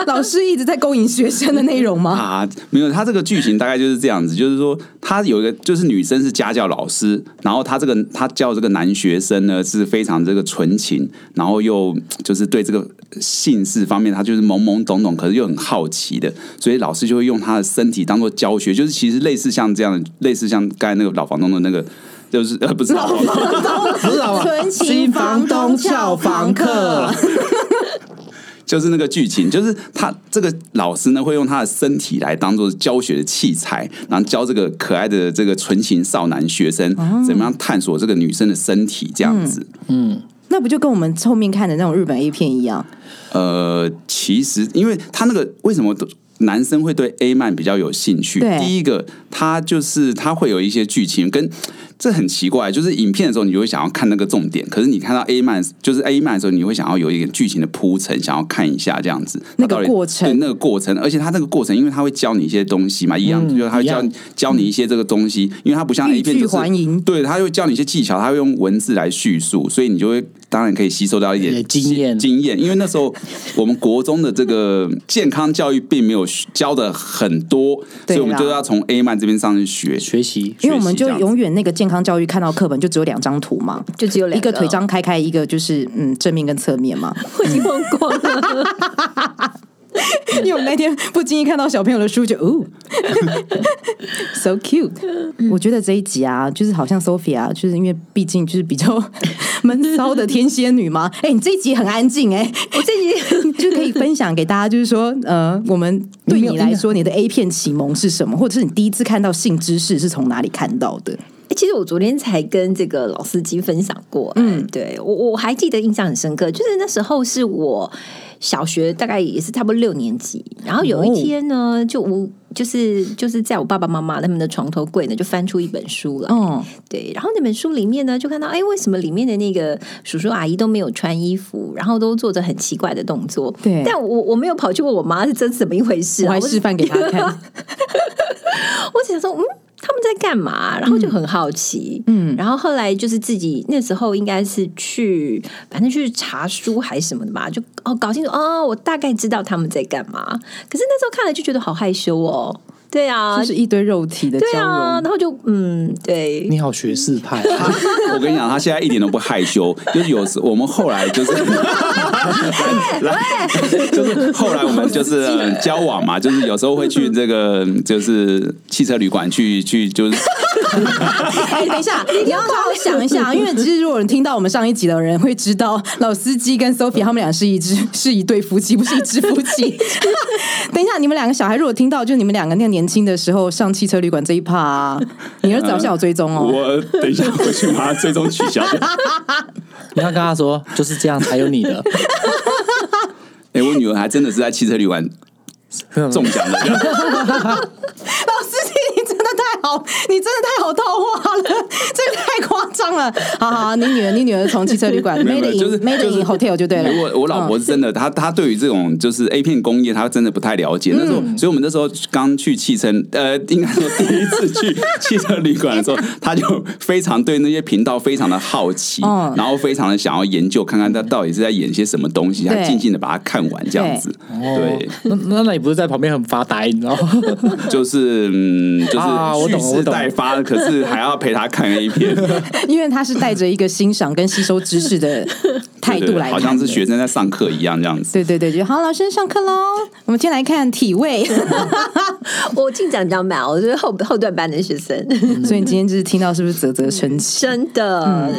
Speaker 1: 老师一直在勾引学生的内容吗？
Speaker 4: 啊，没有，他这个剧情大概就是这样子，就是说他有一个就是女生是家教老师，然后他这个他教这个男学生呢是非常这个纯情，然后又就是对这个性事方面他就是懵懵懂懂，可是又很好奇的，所以老师就会用他的身体当做教学，就是其实类似像这样的，类似像刚才那个老房东的那个。就是呃，不是老房东，
Speaker 3: 不是老吧
Speaker 1: 纯情
Speaker 3: 新
Speaker 1: 房东俏房客，
Speaker 4: 就是那个剧情，就是他这个老师呢会用他的身体来当做教学的器材，然后教这个可爱的这个纯情少男学生怎么样探索这个女生的身体这样子。
Speaker 1: 那不就跟我们后面看的那种日本 A 片一样？
Speaker 4: 呃，其实因为他那个为什么都男生会对 A 漫比较有兴趣
Speaker 1: 对？
Speaker 4: 第一个，他就是他会有一些剧情跟。这很奇怪，就是影片的时候，你就会想要看那个重点；可是你看到 A 漫，就是 A 漫的时候，你会想要有一点剧情的铺陈，想要看一下这样子。
Speaker 1: 那个
Speaker 4: 到底
Speaker 1: 过程
Speaker 4: 对那个过程，而且他那个过程，因为他会教你一些东西嘛，一样、
Speaker 3: 嗯
Speaker 4: 就是他会教
Speaker 3: 一样
Speaker 4: 教你一些这个东西，因为他不像 A 片
Speaker 1: 欲拒
Speaker 4: 就
Speaker 1: 嗯
Speaker 4: 是
Speaker 1: 还迎
Speaker 4: 对，他会教你一些技巧，他会用文字来叙述，所以你就会当然可以吸收到一
Speaker 3: 也
Speaker 4: 点
Speaker 3: 经验
Speaker 4: 经验，因为那时候我们国中的这个健康教育并没有教的很多，
Speaker 1: 对啦
Speaker 4: 所以我们就要从 A 曼这边上去 学。
Speaker 3: 学习
Speaker 1: 因为我们就
Speaker 4: 学习这样子
Speaker 1: 永远那个健康教育看到课本就只有两张图嘛，
Speaker 2: 就只有两
Speaker 1: 一
Speaker 2: 个
Speaker 1: 个腿张开开，一个就是嗯正面跟侧面嘛。
Speaker 2: 我已经忘光了。
Speaker 1: 因为我们那天不经意看到小朋友的书就， 哦，so cute。我觉得这一集啊，就是好像 Sophia，就是因为毕竟就是比较 闷骚的天蝎女嘛。哎、你这一集很安静哎、
Speaker 2: 我这集
Speaker 1: 就可以分享给大家，就是说，呃，我们对你来说，你的 A 片启蒙是什么，或者是你第一次看到性知识是从哪里看到的？
Speaker 2: 欸 其实我昨天才跟这个老司机分享过，嗯，对我我还记得印象很深刻，就是那时候是我小学大概也是差不多六年级，然后有一天呢，
Speaker 1: 哦
Speaker 2: 就无就是就是在我爸爸妈妈他们的床头柜呢，就翻出一本书了，
Speaker 1: 嗯，
Speaker 2: 对，然后那本书里面呢，就看到哎，为什么里面的那个叔叔阿姨都没有穿衣服，然后都做着很奇怪的动作？
Speaker 1: 对
Speaker 2: 但我我没有跑去问我妈是真怎么一回事、啊，
Speaker 1: 我还
Speaker 2: 我
Speaker 1: 示范给他看。
Speaker 2: 我只想说，嗯，他们在干嘛？然后就很好奇，嗯，然后后来就是自己那时候应该是去，反正去查书还是什么的吧，就哦搞清楚哦，我大概知道他们在干嘛。可是那时候看了就觉得好害羞哦，对 啊
Speaker 1: 就，是一堆肉体的
Speaker 2: 对
Speaker 1: 交融，
Speaker 2: 啊，然后就嗯，对，
Speaker 3: 你好学士派、啊。
Speaker 4: 他我跟你讲，他现在一点都不害羞，就是有时我们后来 就是， 来就是后来我们就是呃交往嘛，就是有时候会去这个就是汽车旅馆去去就是。
Speaker 1: 哎，等一下， 你要稍微想一下， 因为其实如果人听到我们上一集的人会知道，老司机跟 Sophie 他们俩是一只 是一对夫妻，不是一只夫妻。 等一下，你们两个小孩如果听到，就你们两个那个年轻的时候上汽车旅馆这一趴、啊，你儿子好像有追踪哦。
Speaker 4: 我等一下回去把它最终取消掉。
Speaker 3: 你要跟他说，就是这样才有你的。
Speaker 4: 哎、我女儿还真的是在汽车旅馆中奖的，
Speaker 1: 老司机，你真的太好，你真的太好套话了，这个太夸张了。好好，你女儿，你女儿从汽车旅馆
Speaker 4: 没
Speaker 1: made
Speaker 4: 有没有，就是
Speaker 1: in made
Speaker 4: 就是
Speaker 1: in hotel 就对了。嗯
Speaker 4: 我我老婆是真的，她她对于这种就是 A 片工业，她真的不太了解。那时
Speaker 1: 嗯
Speaker 4: 候，所以我们那时候刚去汽车，呃，应该说第一次去汽车旅馆的时候，她就非常对那些频道非常的好奇，
Speaker 1: 嗯
Speaker 4: 然后非常的想要研究，看看她到底是在演些什么东西，她
Speaker 1: 对
Speaker 4: 静静的把它看完这样子。对，
Speaker 3: 哦那那那你不是在旁边很发呆，你知道吗？
Speaker 4: 就是嗯，就
Speaker 3: 啊我
Speaker 4: 是
Speaker 3: 懂
Speaker 4: 蓄
Speaker 3: 我
Speaker 4: 势
Speaker 3: 懂
Speaker 4: 待发，可是还要陪她看 A 片。
Speaker 1: 因为他是带着一个欣赏跟吸收知识的 态
Speaker 4: 对
Speaker 1: 度
Speaker 4: 对
Speaker 1: 来看的，
Speaker 4: 好像是学生在上课一样这样子。
Speaker 1: 对对对，就好，老师上课喽。我们先来看体 位，
Speaker 2: 我进展比较慢，我是后后段班的学生，
Speaker 1: 所以你今天就是听到是不是啧啧称奇？
Speaker 2: 真的。
Speaker 1: 嗯
Speaker 2: 呃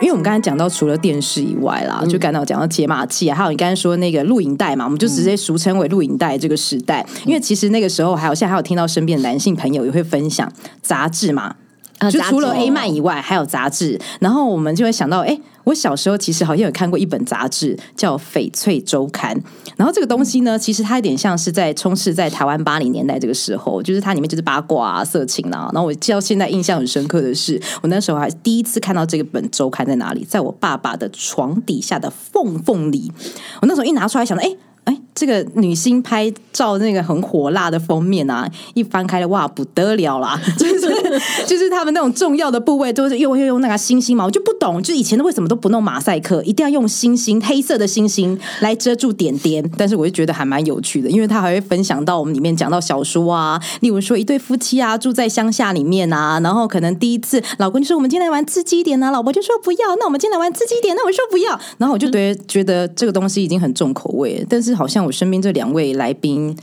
Speaker 1: 因为我们刚才讲到除了电视以外啦，就刚才有讲到解码器啊，还有你刚才说那个录影带嘛，我们就直接俗称为录影带这个时代。因为其实那个时候还有现在还有听到身边的男性朋友也会分享杂志嘛，
Speaker 2: 啊
Speaker 1: 就
Speaker 2: 杂
Speaker 1: 除了
Speaker 2: 志
Speaker 1: A 漫以外还有杂志，然后我们就会想到，哎、我小时候其实好像有看过一本杂志叫《翡翠周刊》，然后这个东西呢，其实它有点像是在充斥在台湾八零年代这个时候，就是它里面就是八卦啊、色情啊。然后我记到现在印象很深刻的是，我那时候还第一次看到这个本周刊在哪里，在我爸爸的床底下的缝缝里。我那时候一拿出来想到，哎、哎，这个女星拍照那个很火辣的封面啊，一翻开了，哇，不得了啦！ 就是就是他们那种重要的部位都是用用用那个星星嘛，我就不懂，就以前的为什么都不弄马赛克，一定要用星星黑色的星星来遮住点点。但是我就觉得还蛮有趣的，因为他还会分享到我们里面讲到小说啊，例如说一对夫妻啊住在乡下里面啊，然后可能第一次老公就说我们今天来玩刺激一点啊，老婆就说不要，那我们今天来玩刺激一点，那我说不要，然
Speaker 4: 嗯
Speaker 1: 后我就觉得觉得这个东西已经很重口味了，但是好像我身边这两位来宾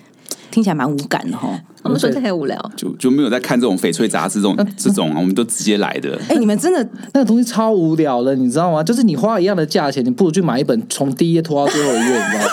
Speaker 1: 听起来蛮无感的哦 哈。
Speaker 2: 我们说这太无聊，
Speaker 4: 就就没有在看这种翡翠杂志这 种这种啊，我们都直接来的。
Speaker 1: 哎、你们 真的
Speaker 3: 那个东西超无聊的，你知道吗？就是你花一样的价钱，你不如去买一本从第一页拖到最后一页，你知道吗？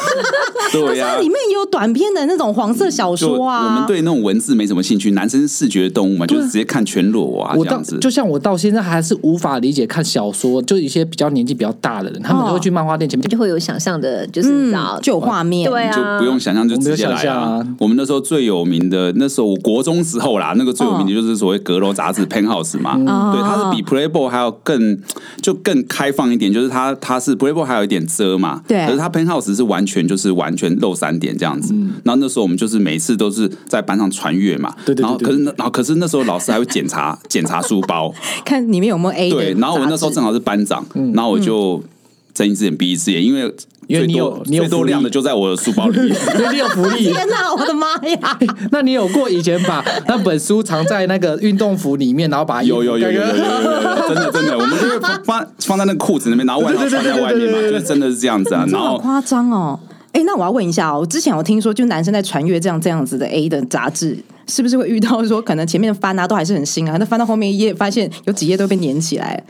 Speaker 4: 对啊呀、
Speaker 1: 它里面也有短篇的那种黄色小
Speaker 4: 就
Speaker 1: 说啊。
Speaker 4: 我们对那种文字没什么兴趣，男生是视觉动物嘛，就是直接看全裸啊
Speaker 3: 我
Speaker 4: 这
Speaker 3: 到
Speaker 4: 样子。
Speaker 3: 就像我到现在还是无法理解看小说，就一些比较年纪比较大的人，他们
Speaker 1: 哦
Speaker 3: 都会去漫画店前面。
Speaker 2: 就会有想象的，就是你知道
Speaker 1: 嗯，就有画面，
Speaker 2: 对
Speaker 4: 就
Speaker 2: 啊，
Speaker 4: 不用想象，就直接
Speaker 3: 我没有想
Speaker 4: 来
Speaker 3: 象
Speaker 4: 啊
Speaker 3: 啊！
Speaker 4: 我们那时候最有名的，那时候我国中时候啦，那个最有名的就是所谓阁楼杂志 Penthouse 嘛，
Speaker 3: 嗯
Speaker 4: 对，
Speaker 3: 啊
Speaker 4: 它是比 Playboy 还要更就更开放一点，就是它它是 Playboy 还有一点遮嘛，
Speaker 1: 对
Speaker 4: 可是它 Penthouse 是完全就是完全露三点这样子。然后那时候我们就是每次都是在班上传阅嘛，
Speaker 3: 嗯对对对
Speaker 4: 然后可是那然后可是那时候老师还会检查检查书包，
Speaker 1: 看里面有没有 A 的杂
Speaker 4: 对，
Speaker 1: 志。
Speaker 4: 然后我那时候正好是班长，然后我就睁一只眼闭一只眼，因为
Speaker 3: 因为
Speaker 4: 最
Speaker 3: 你有
Speaker 4: 多
Speaker 3: 你有
Speaker 4: 最多
Speaker 3: 福利
Speaker 4: 量的就在我的书包里面。
Speaker 3: 因为你有福利，
Speaker 1: 天哪、我的妈呀！
Speaker 3: 那你有过以前 把那本书藏在那个运动服里面，然后把它
Speaker 4: 有有有有有有有
Speaker 3: 感觉
Speaker 4: 有，真的真的，我们就会放放放在那个裤子那边，然后外套穿在外面嘛，就是真的是这样子啊。
Speaker 1: 这
Speaker 4: 然
Speaker 1: 好
Speaker 4: 后
Speaker 1: 夸张哦。哎、那我要问一下哦，我之前有听说，就男生在传阅这样这样子的 A 的杂志，是不是会遇到说，可能前面翻啊都还是很新啊，那翻到后面一页，发现有几页都被粘起来，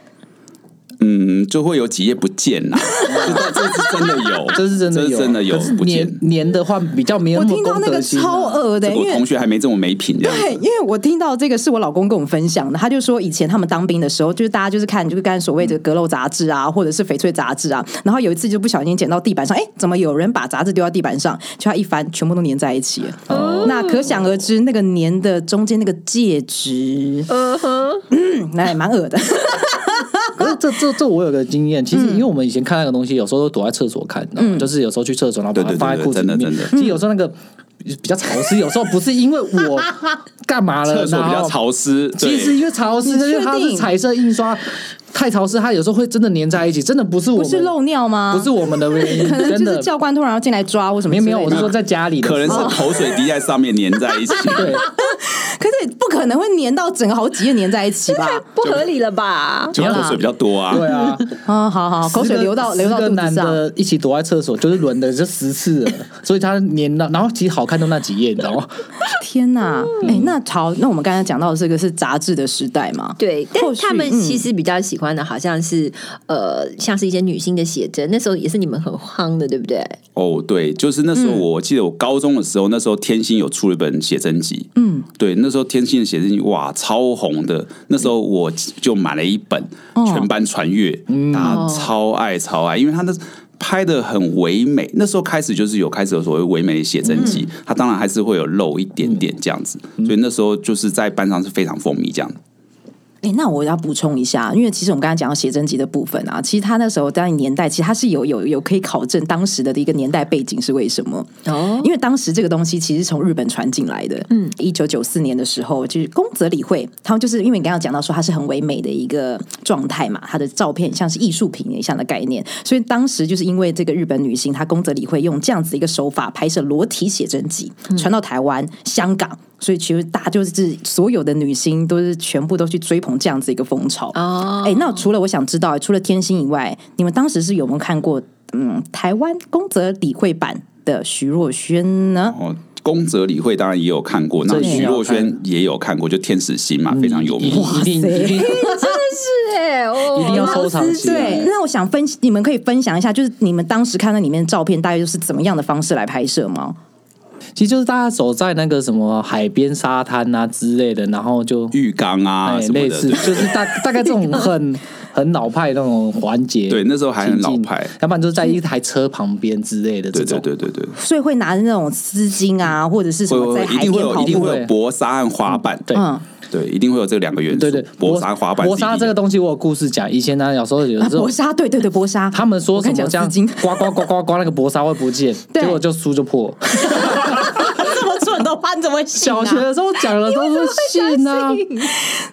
Speaker 4: 嗯，就会有几页不见啦，这这是真的有，
Speaker 3: 这是真的
Speaker 4: 这
Speaker 3: 有，啊
Speaker 4: 是真的有
Speaker 3: 可是
Speaker 4: 不见
Speaker 3: 粘。粘的话比较没有
Speaker 1: 我
Speaker 3: 那么
Speaker 1: 听到
Speaker 3: 公
Speaker 1: 那
Speaker 3: 德
Speaker 1: 个
Speaker 3: 心啊
Speaker 1: 超恶的、
Speaker 4: 这个
Speaker 1: 因
Speaker 4: 我
Speaker 1: 为
Speaker 4: 同学还没这么没品这样
Speaker 1: 哎对，因为我听到这个是我老公跟我们分享的，他就说以前他们当兵的时候，就是大家就是看就是刚才所
Speaker 3: 嗯
Speaker 1: 谓的阁楼杂志啊，或者是翡翠杂志啊，然后有一次就不小心捡到地板上，哎，怎么有人把杂志丢到地板上？就他一翻，全部都粘在一起。
Speaker 3: 哦
Speaker 1: 那可想而知，那个粘的中间那个介质，
Speaker 2: 嗯哼，
Speaker 1: 那也蛮恶 的。
Speaker 3: 可是这这这我有个经验，
Speaker 1: 嗯
Speaker 3: 其实因为我们以前看那个东西，有时候都躲在厕所看，你知道吗就是有时候去厕所，然后把它
Speaker 4: 对对对
Speaker 3: 放在裤子里
Speaker 4: 真的
Speaker 3: 面
Speaker 4: 真的。
Speaker 3: 其实有时候那个比较潮湿，有时候不是因为我干嘛了，
Speaker 4: 厕所比
Speaker 3: 然
Speaker 4: 较
Speaker 3: 后
Speaker 4: 潮湿，
Speaker 3: 其实
Speaker 4: 对
Speaker 3: 因为潮湿，
Speaker 1: 你
Speaker 3: 因
Speaker 1: 确
Speaker 3: 为它是
Speaker 1: 定
Speaker 3: 彩色印刷太潮湿，它有时候会真的粘在一起，真的不是我
Speaker 1: 不
Speaker 3: 们
Speaker 1: 是漏尿吗？
Speaker 3: 不是，我们的原因，
Speaker 1: 可能就
Speaker 3: 真
Speaker 1: 是
Speaker 3: 的
Speaker 1: 教官突然要进来抓或什么
Speaker 3: 没
Speaker 1: 之
Speaker 3: 有
Speaker 1: 类
Speaker 3: 没
Speaker 1: 的。
Speaker 3: 有，我是说在家里的时
Speaker 4: 可
Speaker 3: 候，
Speaker 4: 能是口水滴在上面粘在一起。
Speaker 3: 对，
Speaker 1: 可是也不可能会粘到整个好几页粘在一起 吧？
Speaker 2: 不合理了吧？
Speaker 4: 就口水比较多啊，
Speaker 3: 对 啊，
Speaker 1: 啊、好好，口水流到
Speaker 3: 十个
Speaker 1: 流到肚
Speaker 3: 十个
Speaker 1: 子
Speaker 3: 男
Speaker 1: 上。
Speaker 3: 的一起躲在厕所，就是轮的就十次了，所以他粘到，然后其实好看都那几页，你知道吗？
Speaker 1: 天呐，哎、那潮，那我们刚才讲到的这个是杂志的时代嘛？
Speaker 2: 对，但
Speaker 1: 后
Speaker 2: 是他
Speaker 1: 续
Speaker 2: 们
Speaker 1: 嗯
Speaker 2: 其实比较喜欢的，好像是、呃，像是一些女性的写真，那时候也是你们很夯的，对不对？
Speaker 4: 哦，对，就是那
Speaker 3: 嗯
Speaker 4: 时候我记得我高中的时候，那时候天心有出了一本写真集，嗯，对，那时候天心的写真集哇超红的，那时候我就买了一本，
Speaker 3: 哦
Speaker 4: 全班传阅，
Speaker 3: 嗯
Speaker 4: 大家超爱超爱，因为他那。拍的很唯美，那时候开始就是有开始有所谓唯美的写真集，
Speaker 3: 嗯
Speaker 4: 它当然还是会有露一点点这样子，所以那时候就是在班上是非常风靡这样。
Speaker 1: 哎、那我要补充一下，因为其实我们刚才讲到写真集的部分啊，其实他那时候当然年代，其实他是有有有可以考证当时的一个年代背景是为什么。
Speaker 2: 哦，
Speaker 1: 因为当时这个东西其实是从日本传进来的。嗯，一九九四年的时候，就是宫泽理惠，他们就是因为你刚刚讲到说它是很唯美的一个状态嘛，它的照片像是艺术品一样的概念，所以当时就是因为这个日本女星，她宫泽理惠用这样子一个手法拍摄裸体写真集，传到台湾、香港。所以其实大家就是所有的女星都是全部都去追捧这样子一个风潮
Speaker 2: 哦
Speaker 1: 哎、那除了我想知道，除了天心以外，你们当时是有没有看过嗯台湾宫泽理惠版的徐若瑄呢？
Speaker 4: 哦，宫泽理惠当然也有看过，那
Speaker 3: 这一定
Speaker 4: 徐
Speaker 3: 要
Speaker 4: 若瑄
Speaker 3: 看
Speaker 4: 也有看过，就《天使心》
Speaker 3: 嗯
Speaker 4: 嘛， 非常有名。
Speaker 3: 一定一定
Speaker 2: 是哎、哦
Speaker 3: 一定要收藏起来
Speaker 1: 对，。那我想分，你们可以分享一下，就是你们当时看到里面的照片，大概就是怎么样的方式来拍摄吗？
Speaker 3: 其实就是大家走在那个什么海边沙滩啊之类的，然后就
Speaker 4: 浴缸啊
Speaker 3: 哎
Speaker 4: 什么
Speaker 3: 类
Speaker 4: 的
Speaker 3: 似，，就是大大概这种很很老派那种环节。
Speaker 4: 对那时候还很老派
Speaker 3: 情境要不然就是在一台车旁边之类的这
Speaker 4: 对
Speaker 3: 种
Speaker 4: 对。对对对，
Speaker 1: 所以会拿那种丝巾啊，或者是什
Speaker 4: 会
Speaker 1: 么在
Speaker 4: 会一
Speaker 1: 海
Speaker 4: 定
Speaker 1: 边
Speaker 4: 会有
Speaker 1: 跑
Speaker 4: 一定
Speaker 1: 步啊
Speaker 4: 会
Speaker 3: 对
Speaker 4: 有薄纱和滑板，
Speaker 3: 对
Speaker 1: 嗯，
Speaker 4: 对，一定会有这两个元素。
Speaker 3: 对对，
Speaker 4: 薄纱滑板是
Speaker 3: 薄
Speaker 4: 一定的，
Speaker 3: 纱这个东西我有故事讲。以前呢，有时候有
Speaker 1: 啊
Speaker 3: 时候
Speaker 1: 薄纱，对对对，薄纱。
Speaker 3: 他们说
Speaker 1: 我
Speaker 3: 什
Speaker 1: 刚
Speaker 3: 么
Speaker 1: 讲
Speaker 3: 这样
Speaker 1: 丝巾，
Speaker 3: 刮刮刮刮刮那个薄纱会不见，
Speaker 1: 对
Speaker 3: 结果就书就破。
Speaker 1: 啊这么蠢的话，你怎么 信啊
Speaker 3: 小学的时候讲了都是信 啊，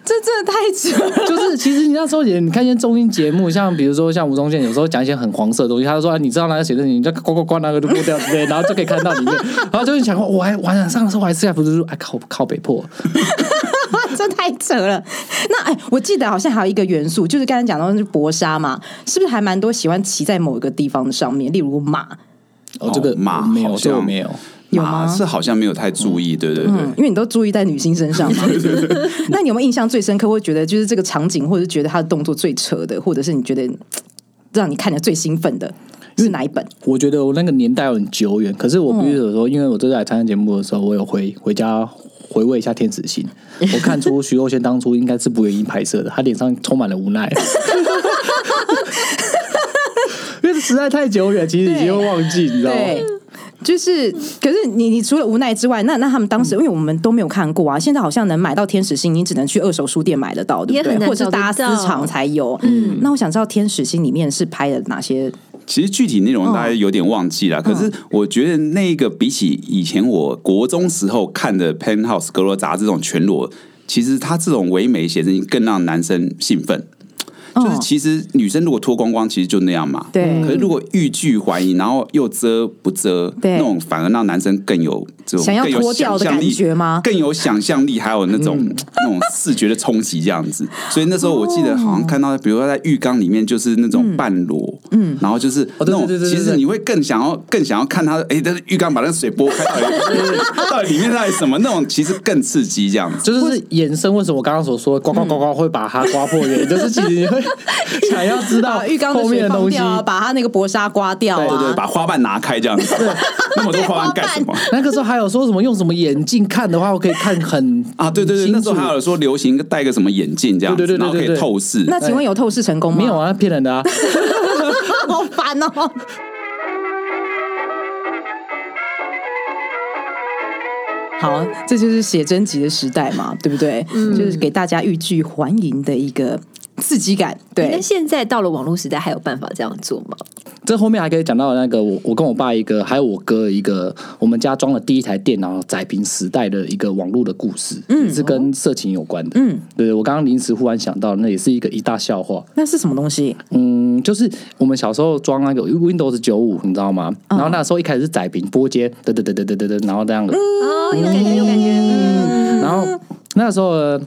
Speaker 1: 这真的太扯了。
Speaker 3: 就是其实你那时候也你看一些综艺节目，像比如说像吴宗宪，有时候讲一些很黄色的东西，他就说、啊、你知道那个写的，你就呱呱呱那个就过掉之类，然后就可以看到 里面，然后就会想过我还晚上的时候我还吃下不是哎靠靠北破，
Speaker 1: 这太扯了。那哎，我记得好像还有一个元素，就是刚才讲到那是薄纱嘛，是不是还蛮多喜欢骑在某一个地方上面，例如马，
Speaker 3: 哦这个
Speaker 4: 马
Speaker 3: 没有
Speaker 4: 好像
Speaker 3: 这个没有，
Speaker 1: 有
Speaker 4: 马
Speaker 1: 吗
Speaker 4: 啊是好像没有太注意，对对对。
Speaker 1: 嗯，因为你都注意在女性身上嘛。 那你有没有印象最深刻，或者觉得就是这个场景，或者觉得他的动作最扯的，或者是你觉得嘖让你看着最兴奋的是哪一本？
Speaker 3: 我觉得我那个年代很久远，可是我必须有时候，因为我这次来参加节目的时候，我有回回家回味一下《天子 心》，我看出徐若瑄当初应该是不愿意拍摄的，她脸上充满了无奈。因为实在太久远，其实已经会忘记，你知道吗？
Speaker 1: 对，就是，可是你你除了无奈之外，那那他们当时，因为我们都没有看过啊，现在好像能买到《天使心》，你只能去二手书店买得到，对
Speaker 2: 也
Speaker 1: 不对
Speaker 2: 很？难
Speaker 1: 或者是
Speaker 2: 找得
Speaker 1: 大私
Speaker 2: 到
Speaker 1: 场才有。嗯，那我想知道《天使心》里面是拍了哪些？
Speaker 4: 其实具体内容大家有点忘记了，
Speaker 1: 嗯
Speaker 4: 可是我觉得那个比起以前我国中时候看的《Penthouse》格罗杂这种全裸，其实它这种唯美写真更让男生兴奋。就是
Speaker 1: 嗯
Speaker 4: 其实女生如果脱光光，其实就那样嘛。
Speaker 1: 对
Speaker 4: 可是如果欲拒还迎，然后又遮不遮，
Speaker 1: 对
Speaker 4: 那种反而让男生更有这种
Speaker 1: 想要
Speaker 4: 更有
Speaker 1: 脱掉的
Speaker 4: 想象力
Speaker 1: 感觉吗嗯
Speaker 4: 更有想象力，还有那种、 那种视觉的冲击，这样子。所以那时候我记得好
Speaker 1: 哦
Speaker 4: 像看到，比如说在浴缸里面就是那种半裸，嗯，然后就是
Speaker 3: 哦
Speaker 4: 那
Speaker 3: 对
Speaker 4: 种，
Speaker 3: 对对对
Speaker 4: 其
Speaker 3: 对
Speaker 4: 实
Speaker 3: 对
Speaker 4: 你会更想要更想要看他，哎，但是浴缸把那水拨开，到底到底里面到底什么？那种其实更刺激，这样子。
Speaker 3: 就是衍生为什么我刚刚所说的刮刮刮刮会把它刮破原因，就是其实你会想要知 道
Speaker 4: 啊
Speaker 1: 把呃浴缸的
Speaker 3: 后
Speaker 1: 水
Speaker 3: 面
Speaker 1: 放
Speaker 3: 东西
Speaker 1: 掉。啊，把他那个薄纱刮掉啊，
Speaker 4: 对对，把花瓣拿开这样子，那么多花瓣干什么？
Speaker 3: 那个时候还有说什么用什么眼镜看的话，我可以看很
Speaker 4: 啊，对对对，
Speaker 3: 清
Speaker 4: 那时候
Speaker 3: 楚
Speaker 4: 还有说流行戴个什么眼镜这样
Speaker 3: 对
Speaker 4: 子，
Speaker 3: 对对对对
Speaker 4: 然后可以透视。
Speaker 1: 那请问有透视成功吗？
Speaker 3: 没有，啊，骗人的啊。
Speaker 1: 好烦哦。好，这就是写真集的时代嘛，对不对？就是给大家欲拒还迎的一个刺激感。
Speaker 2: 那
Speaker 1: 对，
Speaker 2: 现在到了网络时代，还有办法这样做吗？
Speaker 3: 这后面还可以讲到那个我我跟我爸一个，还有我哥一个，我们家装了第一台电脑载屏时代的一个网络的故事，嗯，是跟色情有关的，嗯，对我刚刚临时忽然想到，那也是一个一大笑话，
Speaker 1: 那是什么东西？
Speaker 3: 嗯，就是我们小时候装那个 Windows 九五，你知道吗？然后那时候一开始是载屏拨接，噔噔噔噔噔噔噔，然后这样的，
Speaker 2: 哦，有感
Speaker 1: 嗯
Speaker 2: 觉，有感觉，
Speaker 3: 然后那时候呃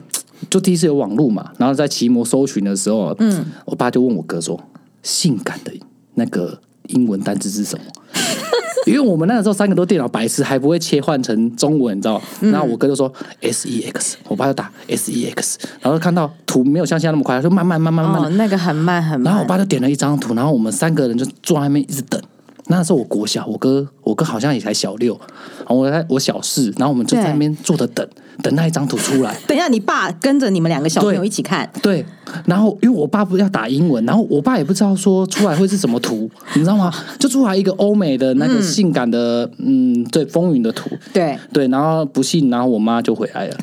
Speaker 3: 就第一次有网络嘛，然后在奇摩搜寻的时候，嗯，我爸就问我哥说：“性感的那个英文单字是什么？” 因为我们那个时候三个都电脑白痴，还不会切换成中文，你知道？然后我哥就说 S E X，我爸就打 S E X，然后看到图没有像现在那么快，他说慢慢慢慢慢慢
Speaker 1: 哦，那个很慢很慢。
Speaker 3: 然后我爸就点了一张图，然后我们三个人就坐在那边一直等。那时候我国小，我哥我哥好像也才小六，然后我在我小四，然后我们就在那边坐着等，等那一张图出来。
Speaker 1: 等一下，你爸跟着你们两个小朋友
Speaker 3: 对
Speaker 1: 一起看，
Speaker 3: 对，然后因为我爸不要打英文，然后我爸也不知道说出来会是什么图，你知道吗？就出来一个欧美的那个性感的，嗯，对，风云的图，
Speaker 1: 对，
Speaker 3: 对，然后不信，然后我妈就回来了。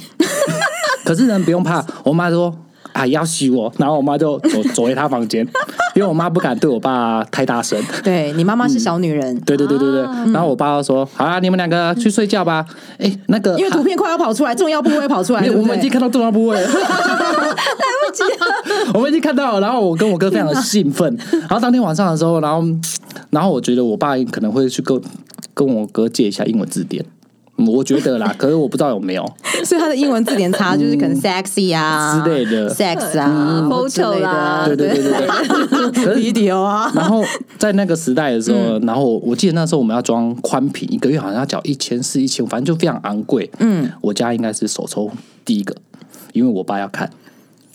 Speaker 3: 可是人不用怕，我妈说啊要洗我，然后我妈就走走回她房间， 因为我妈不敢对我爸太大声。
Speaker 1: 对你妈妈是小女人，
Speaker 3: 对对对对对，
Speaker 1: 啊
Speaker 3: 然后我爸就说：“好啊，你们两个去睡觉吧。”哎，那个
Speaker 1: 因为图片快要跑出来，重要部位跑出来，
Speaker 3: 没有，
Speaker 1: 对
Speaker 3: 我
Speaker 1: 不
Speaker 3: 们已经
Speaker 1: 对？
Speaker 3: 看到重要部位了，来 不及了，我们已经看到了。然后我跟我哥非常的兴奋。然后当天晚上的时候，然后然后我觉得我爸可能会去跟跟我哥借一下英文字典。嗯我觉得啦，可是我不知道有没有
Speaker 1: 所以它的英文字典差就是可能 sexy 啊
Speaker 3: 之类的。
Speaker 1: ，sex 嗯啊或之类
Speaker 2: photo 啦
Speaker 1: 的，
Speaker 3: 对对对 对对，
Speaker 1: 对 video 啊，
Speaker 3: 然后在那个时代的时候，然后我记得那时候我们要装宽屏，一个月好像要缴一千四、一千五，反正就非常昂贵。嗯，我家应该是首抽第一个，因为我爸要看，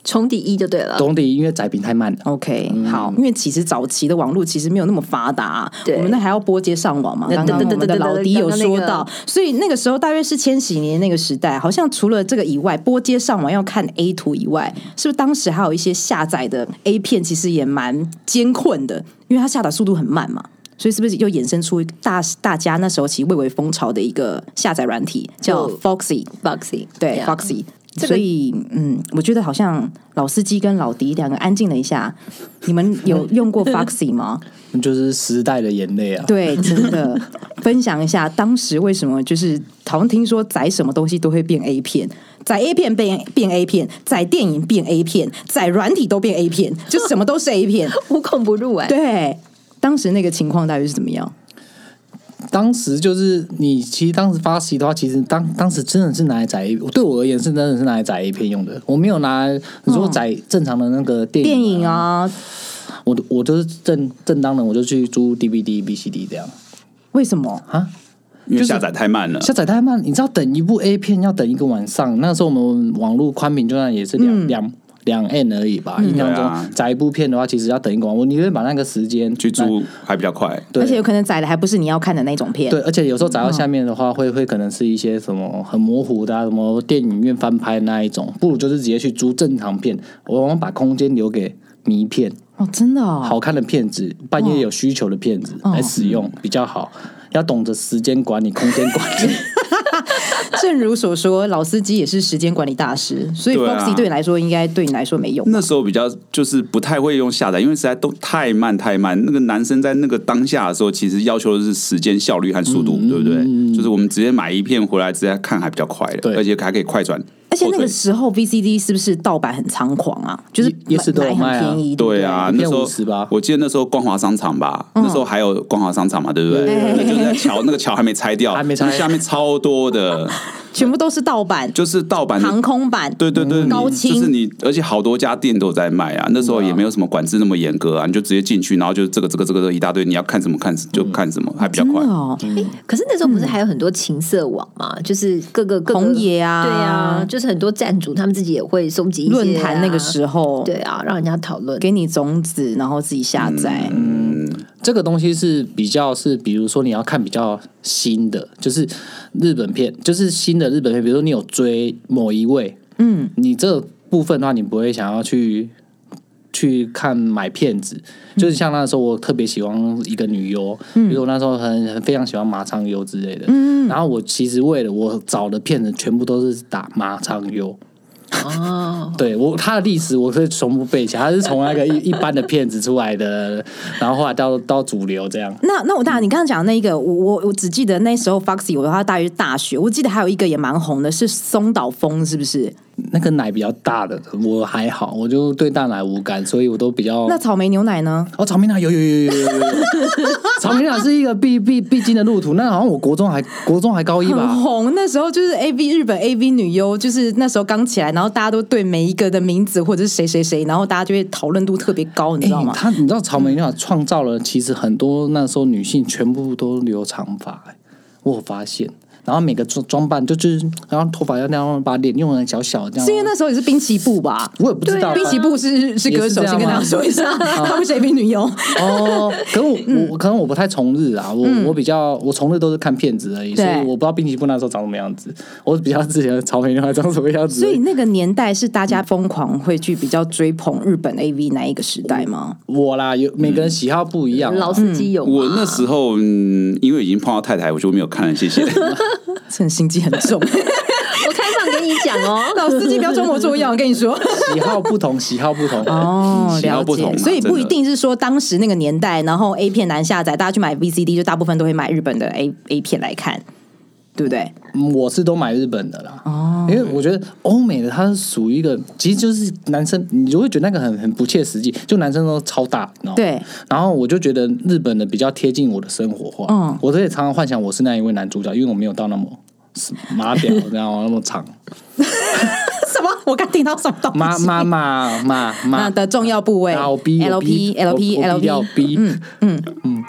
Speaker 2: 重第一就对了。
Speaker 3: 懂得因为载屏太慢了。
Speaker 1: OK，、好，
Speaker 2: 嗯
Speaker 1: 因为其实早期的网络其实没有那么发达、
Speaker 2: 对
Speaker 1: 我们那还要拨接上网嘛。
Speaker 2: 那
Speaker 1: 刚刚
Speaker 2: 对对
Speaker 1: 我们
Speaker 2: 对
Speaker 1: 的
Speaker 2: 对
Speaker 1: 老
Speaker 2: 对
Speaker 1: 迪
Speaker 2: 刚
Speaker 1: 有
Speaker 2: 刚那
Speaker 1: 说
Speaker 2: 个
Speaker 1: 到，所以那个时候大约是千禧年那个时代，好像除了这个以外，拨接上网要看 A 图以外，是不是当时还有一些下载的 A 片，其实也蛮艰困的，因为它下载速度很慢嘛。所以是不是又衍生出大大家那时候其实蔚为风潮的一个下载软体叫
Speaker 2: 就
Speaker 1: Foxy？
Speaker 2: Boxy
Speaker 1: 对
Speaker 2: Yeah
Speaker 1: Foxy。
Speaker 2: 这个
Speaker 1: 所以，嗯，我觉得好像老司机跟老迪两个安静了一下。你们有用过 Foxy 吗？
Speaker 3: 就是时代的眼泪啊。
Speaker 1: 对，真的，分享一下当时为什么就是好像听说载什么东西都会变 A 片，载 A 片变变 A 片，载电影变 A 片，载软体都变 A 片，就什么都是 A 片。
Speaker 2: 无孔不入哎、
Speaker 1: 对，当时那个情况大约是怎么样？
Speaker 3: 当时就是你，其实当时发息的话，其实当当时真的是拿来载 A，对我而言是真的是拿来载 A 片用的，我没有拿来你说载正常的那个电影、
Speaker 1: 电影，啊，
Speaker 3: 我我就是正正当的，我就去租 DVD、BCD 这样。
Speaker 1: 为什么？
Speaker 4: 因为
Speaker 3: 就是
Speaker 4: 下载太慢了。
Speaker 3: 下载太慢，你知道等一部 A 片要等一个晚上。那时候我们网络宽频就算也是
Speaker 1: 嗯
Speaker 3: 两两两 N 而已吧，印象
Speaker 4: 对啊
Speaker 3: 中载一部片的话，其实要等一个晚上。我宁愿把那个时间
Speaker 4: 去
Speaker 3: 来
Speaker 4: 租还比较快，
Speaker 3: 对
Speaker 1: 而且有嗯可能载的还不是你要看的那种片。
Speaker 3: 对，而且有时候载到下面的话，会会可能是一些什么很模糊的、啊，什么电影院翻拍那一种，不如就是直接去租正常片，我们把空间留给迷片、
Speaker 1: 哦，真的哦，
Speaker 3: 好看的片子、半夜有需求的片子来使用比较好。要懂得时间管理、空间管 理，
Speaker 1: 正如所说，老司机也是时间管理大师，所以
Speaker 4: 对啊
Speaker 1: Foxy 对你来说应该对你来说没用。
Speaker 4: 那时候比较就是不太会用下载，因为实在都太慢太慢。那个男生在那个当下的时候，其实要求的是时间效率和速
Speaker 3: 嗯
Speaker 4: 度，对不对？就是我们直接买一片回来，直接看还比较快的，
Speaker 3: 对
Speaker 4: 而且还可以快转。
Speaker 1: 而且那个
Speaker 4: 后缀
Speaker 1: 时候 VCD 是不是盗版很猖狂啊？就是
Speaker 3: 夜市都有
Speaker 1: 买
Speaker 3: 卖啊
Speaker 1: 很便宜，不
Speaker 4: 对啊，
Speaker 3: 一
Speaker 4: 那
Speaker 3: 片
Speaker 4: 时
Speaker 3: 50
Speaker 4: 候
Speaker 3: 吧嗯
Speaker 4: 我记得那时候光华商场吧，那时候还有光华商场嘛，对不对？对就是在桥那个桥还没拆掉，
Speaker 3: 还没拆
Speaker 4: 那下面超 多的，
Speaker 1: 全部都是盗版，
Speaker 4: 就是盗版的
Speaker 1: 航空版。
Speaker 4: 对对
Speaker 3: 嗯
Speaker 4: 对，你
Speaker 1: 高清
Speaker 4: 就是你，而且好多家店都有在卖啊。那时候也没有什么管制那么严格啊，你就直接进去，然后就这个这个这个这一大堆，你要看什么看就
Speaker 3: 嗯
Speaker 4: 看什么，还比较
Speaker 1: 真
Speaker 4: 快
Speaker 1: 的。哦，
Speaker 2: 可是那时候不是还有很多情色网嘛，就是各个各
Speaker 1: 嗯
Speaker 2: 个
Speaker 1: 红爷啊
Speaker 2: 对啊，就是很多站主他们自己也会收集一些啊
Speaker 1: 论坛那个时候
Speaker 2: 对啊，让人家讨论。
Speaker 1: 给你种子，然后自己下载。
Speaker 3: 这个东西是比较是，比如说你要看比较新的，就是日本片，就是新的日本片，比如说你有追某一位，嗯，你这部分的话，你不会想要去去看买片子，就是像那时候我特别喜欢一个女优，嗯，比如我那时候很很非常喜欢马昌优之类的，嗯，然后我其实为了我找的片子全部都是打马昌优。哦，对我他的历史我是全部背起来，他是从那个一一般的片子出来的，然后后来到到主流这样。
Speaker 1: 那那我大，你刚刚讲的那个，我我我只记得那时候 Foxy，我他大约大学，我记得还有一个也蛮红的，是松岛枫，是不是？
Speaker 3: 那个奶比较大的，我还好，我就对大奶无感，所以我都比较
Speaker 1: 那草莓牛奶呢？
Speaker 3: 哦，草莓奶有有有有 有有有，草莓奶是一个必必必经的路途。那好像我国中还国中还高一吧
Speaker 1: 很，红，那时候就是 A V 日本 A V 女优，就是那时候刚起来，然后大家都对每一个的名字或者是谁谁谁，然后大家就会讨论度特别高，你知道吗？
Speaker 3: 他你知道草莓奶创造了，其实很多那时候女性全部都留长发、欸我有发现。然后每个装装扮就就是，然后头发要那样把脸用的小小的这样，
Speaker 1: 是因为那时候也是滨崎步吧？
Speaker 3: 我也不知道，
Speaker 1: 滨崎步啊是是歌手，
Speaker 3: 也是这样吗
Speaker 1: 先跟大家说一下， 他不是啊 A V 女优。
Speaker 3: 哦，可我、
Speaker 1: 嗯
Speaker 3: 我可能我不太从日啊，我、我比较我从日都是看片子而已，所
Speaker 1: 对
Speaker 3: 以我不知道滨崎步那时候长什么样子，我比较之前的草莓牛奶长什么样子。
Speaker 1: 所以那个年代是大家疯狂会去比较追捧日本 A V 那一个时代 吗？
Speaker 3: 我啦，有每个人喜好不一
Speaker 1: 嗯
Speaker 3: 样 啊、
Speaker 2: 老司机有吗
Speaker 4: 我那时候嗯，因为已经碰到太太，我就没有看了，谢 谢。
Speaker 1: 趁心机很 重，，
Speaker 2: 我开放跟你讲哦
Speaker 1: 老司机不要装模作样，我跟你说。
Speaker 3: 喜好不同，喜好不同。
Speaker 1: 哦，
Speaker 4: 喜好
Speaker 1: 了
Speaker 4: 不同
Speaker 1: 解，
Speaker 4: 嘛
Speaker 1: 所以
Speaker 4: 真
Speaker 1: 不
Speaker 4: 的
Speaker 1: 一定是说当时那个年代，然后 A 片难下载，大家去买 VCD，就大部分都会买日本的 A A 片来看，对不对？
Speaker 3: 嗯我是都买日本的啦，哦，因为我觉得欧美的它是属于一个，其实就是男生，你就会觉得那个很很不切实际，就男生都超大，你知道吗
Speaker 1: 对。
Speaker 3: 然后我就觉得日本的比较贴近我的生活化，
Speaker 1: 嗯
Speaker 3: 我这也常常幻想我是那一位男主角，因为我没有到那么马表，你知道吗？那么 长，
Speaker 1: 什么？我刚听到什么东西？
Speaker 3: 妈妈妈妈
Speaker 1: 那
Speaker 3: 妈
Speaker 1: 的重要部位
Speaker 3: L B
Speaker 1: L P L P L P，
Speaker 3: 要 B，嗯
Speaker 1: 嗯
Speaker 3: 嗯。